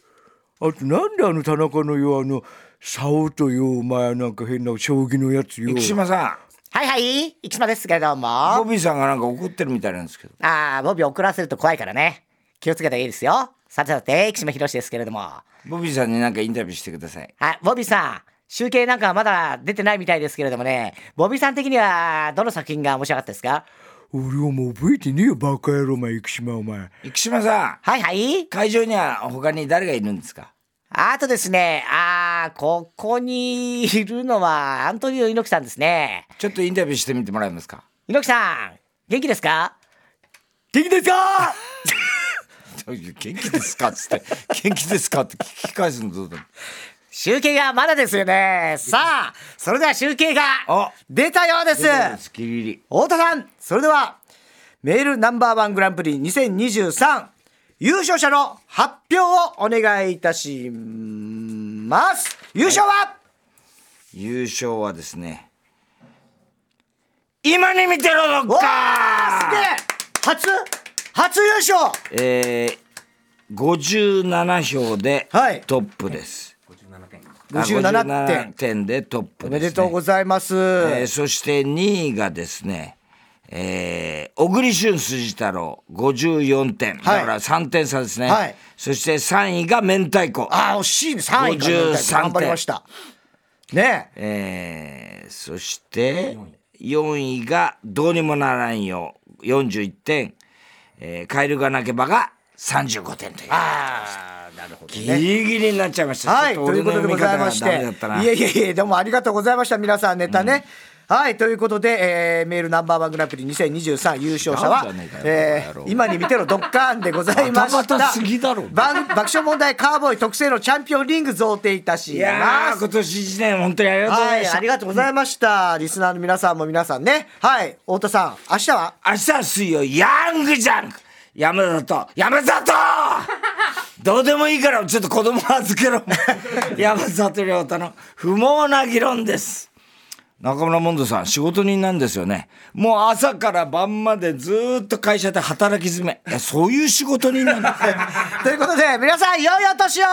あとなんであの田中のよあの竿とよお前なんか変な将棋のやつよ
生島さ
はいはい、生島ですけれども。
ん、ボ
あ
ビーさんがなんか怒ってるみたいなんですけど。
あ、ボビー怒らせると怖いからね。気をつけたらいいですよ。さてさて、生島博士ですけれども。
ボビーさんになんかインタビューしてください。
はい、ボビーさん、集計なんかはまだ出てないみたいですけれどもね、ボビーさん的にはどの作品が面白かったですか
俺はもう覚えてねえよバカ野郎お前生島お前
生島さん、
はいはい。
会場には他に誰がいるんですか
あとですね、あー、ここにいるのはアントニオ猪木さんですね。
ちょっとインタビューしてみてもらえますか
猪木さん、元気ですか元気ですか
元気ですかっつって、 [laughs] 元気ですかって聞き返すのどうだろう
集計がまだですよね。さあ、それでは集計
あ
が出たようです。
ギリギリ。
太田さんそれではメールナンバーワングランプリ2023優勝者の発表をお願いいたします優勝は、
優勝はですね今に見てろどっ
わ
か
ーすげえ初初優勝
えー、57票で
はい
トップです、あ
57
57
点
点でトップです、ね、
おめでとうございます、
えーそして2位がですね、えー、小栗旬辻太郎54点、
はい
だから3点差ですね、
はい
そして3位が明太子
ああ惜しいね3位か
53
ら
点
頑張りましたねえ
えー、そして4位がどうにもならんよ41点、えーカエルがなけばが35点という
ああなるほど
ギ
ね
リギリになっちゃいました
はい
ちょっ
という
俺
こ
の
とで
読
ご
み
ざ
方
いま
が
して
ダメだったない
えいえいえどうもありがとうございました皆さんネタね、はいということで、えーメールナンバーワングランプリ2023優勝者は
違うんじゃねえかよ
え
この野
ー
郎
今に見てろドッカーンでございました
バタバタすぎだろ
番爆笑問題カーボーイ特製のチャンピオンリング贈呈いたし
い
ま
やー
す
今年1年本当にありがとうござ
はいい
まし
あ
た
りがとうございましたリスナーの皆さんも皆さんねはい太田さん明日は
明日は水曜ヤングジャンク山里山里 [laughs] どうでもいいからちょっと子供預けろ [laughs] 山里亮太の不毛な議論です中村モンドさん仕事人なんですよねもう朝から晩までずーっと会社で働き詰めいやそういう仕事人なんです
ということで皆さん良いお年を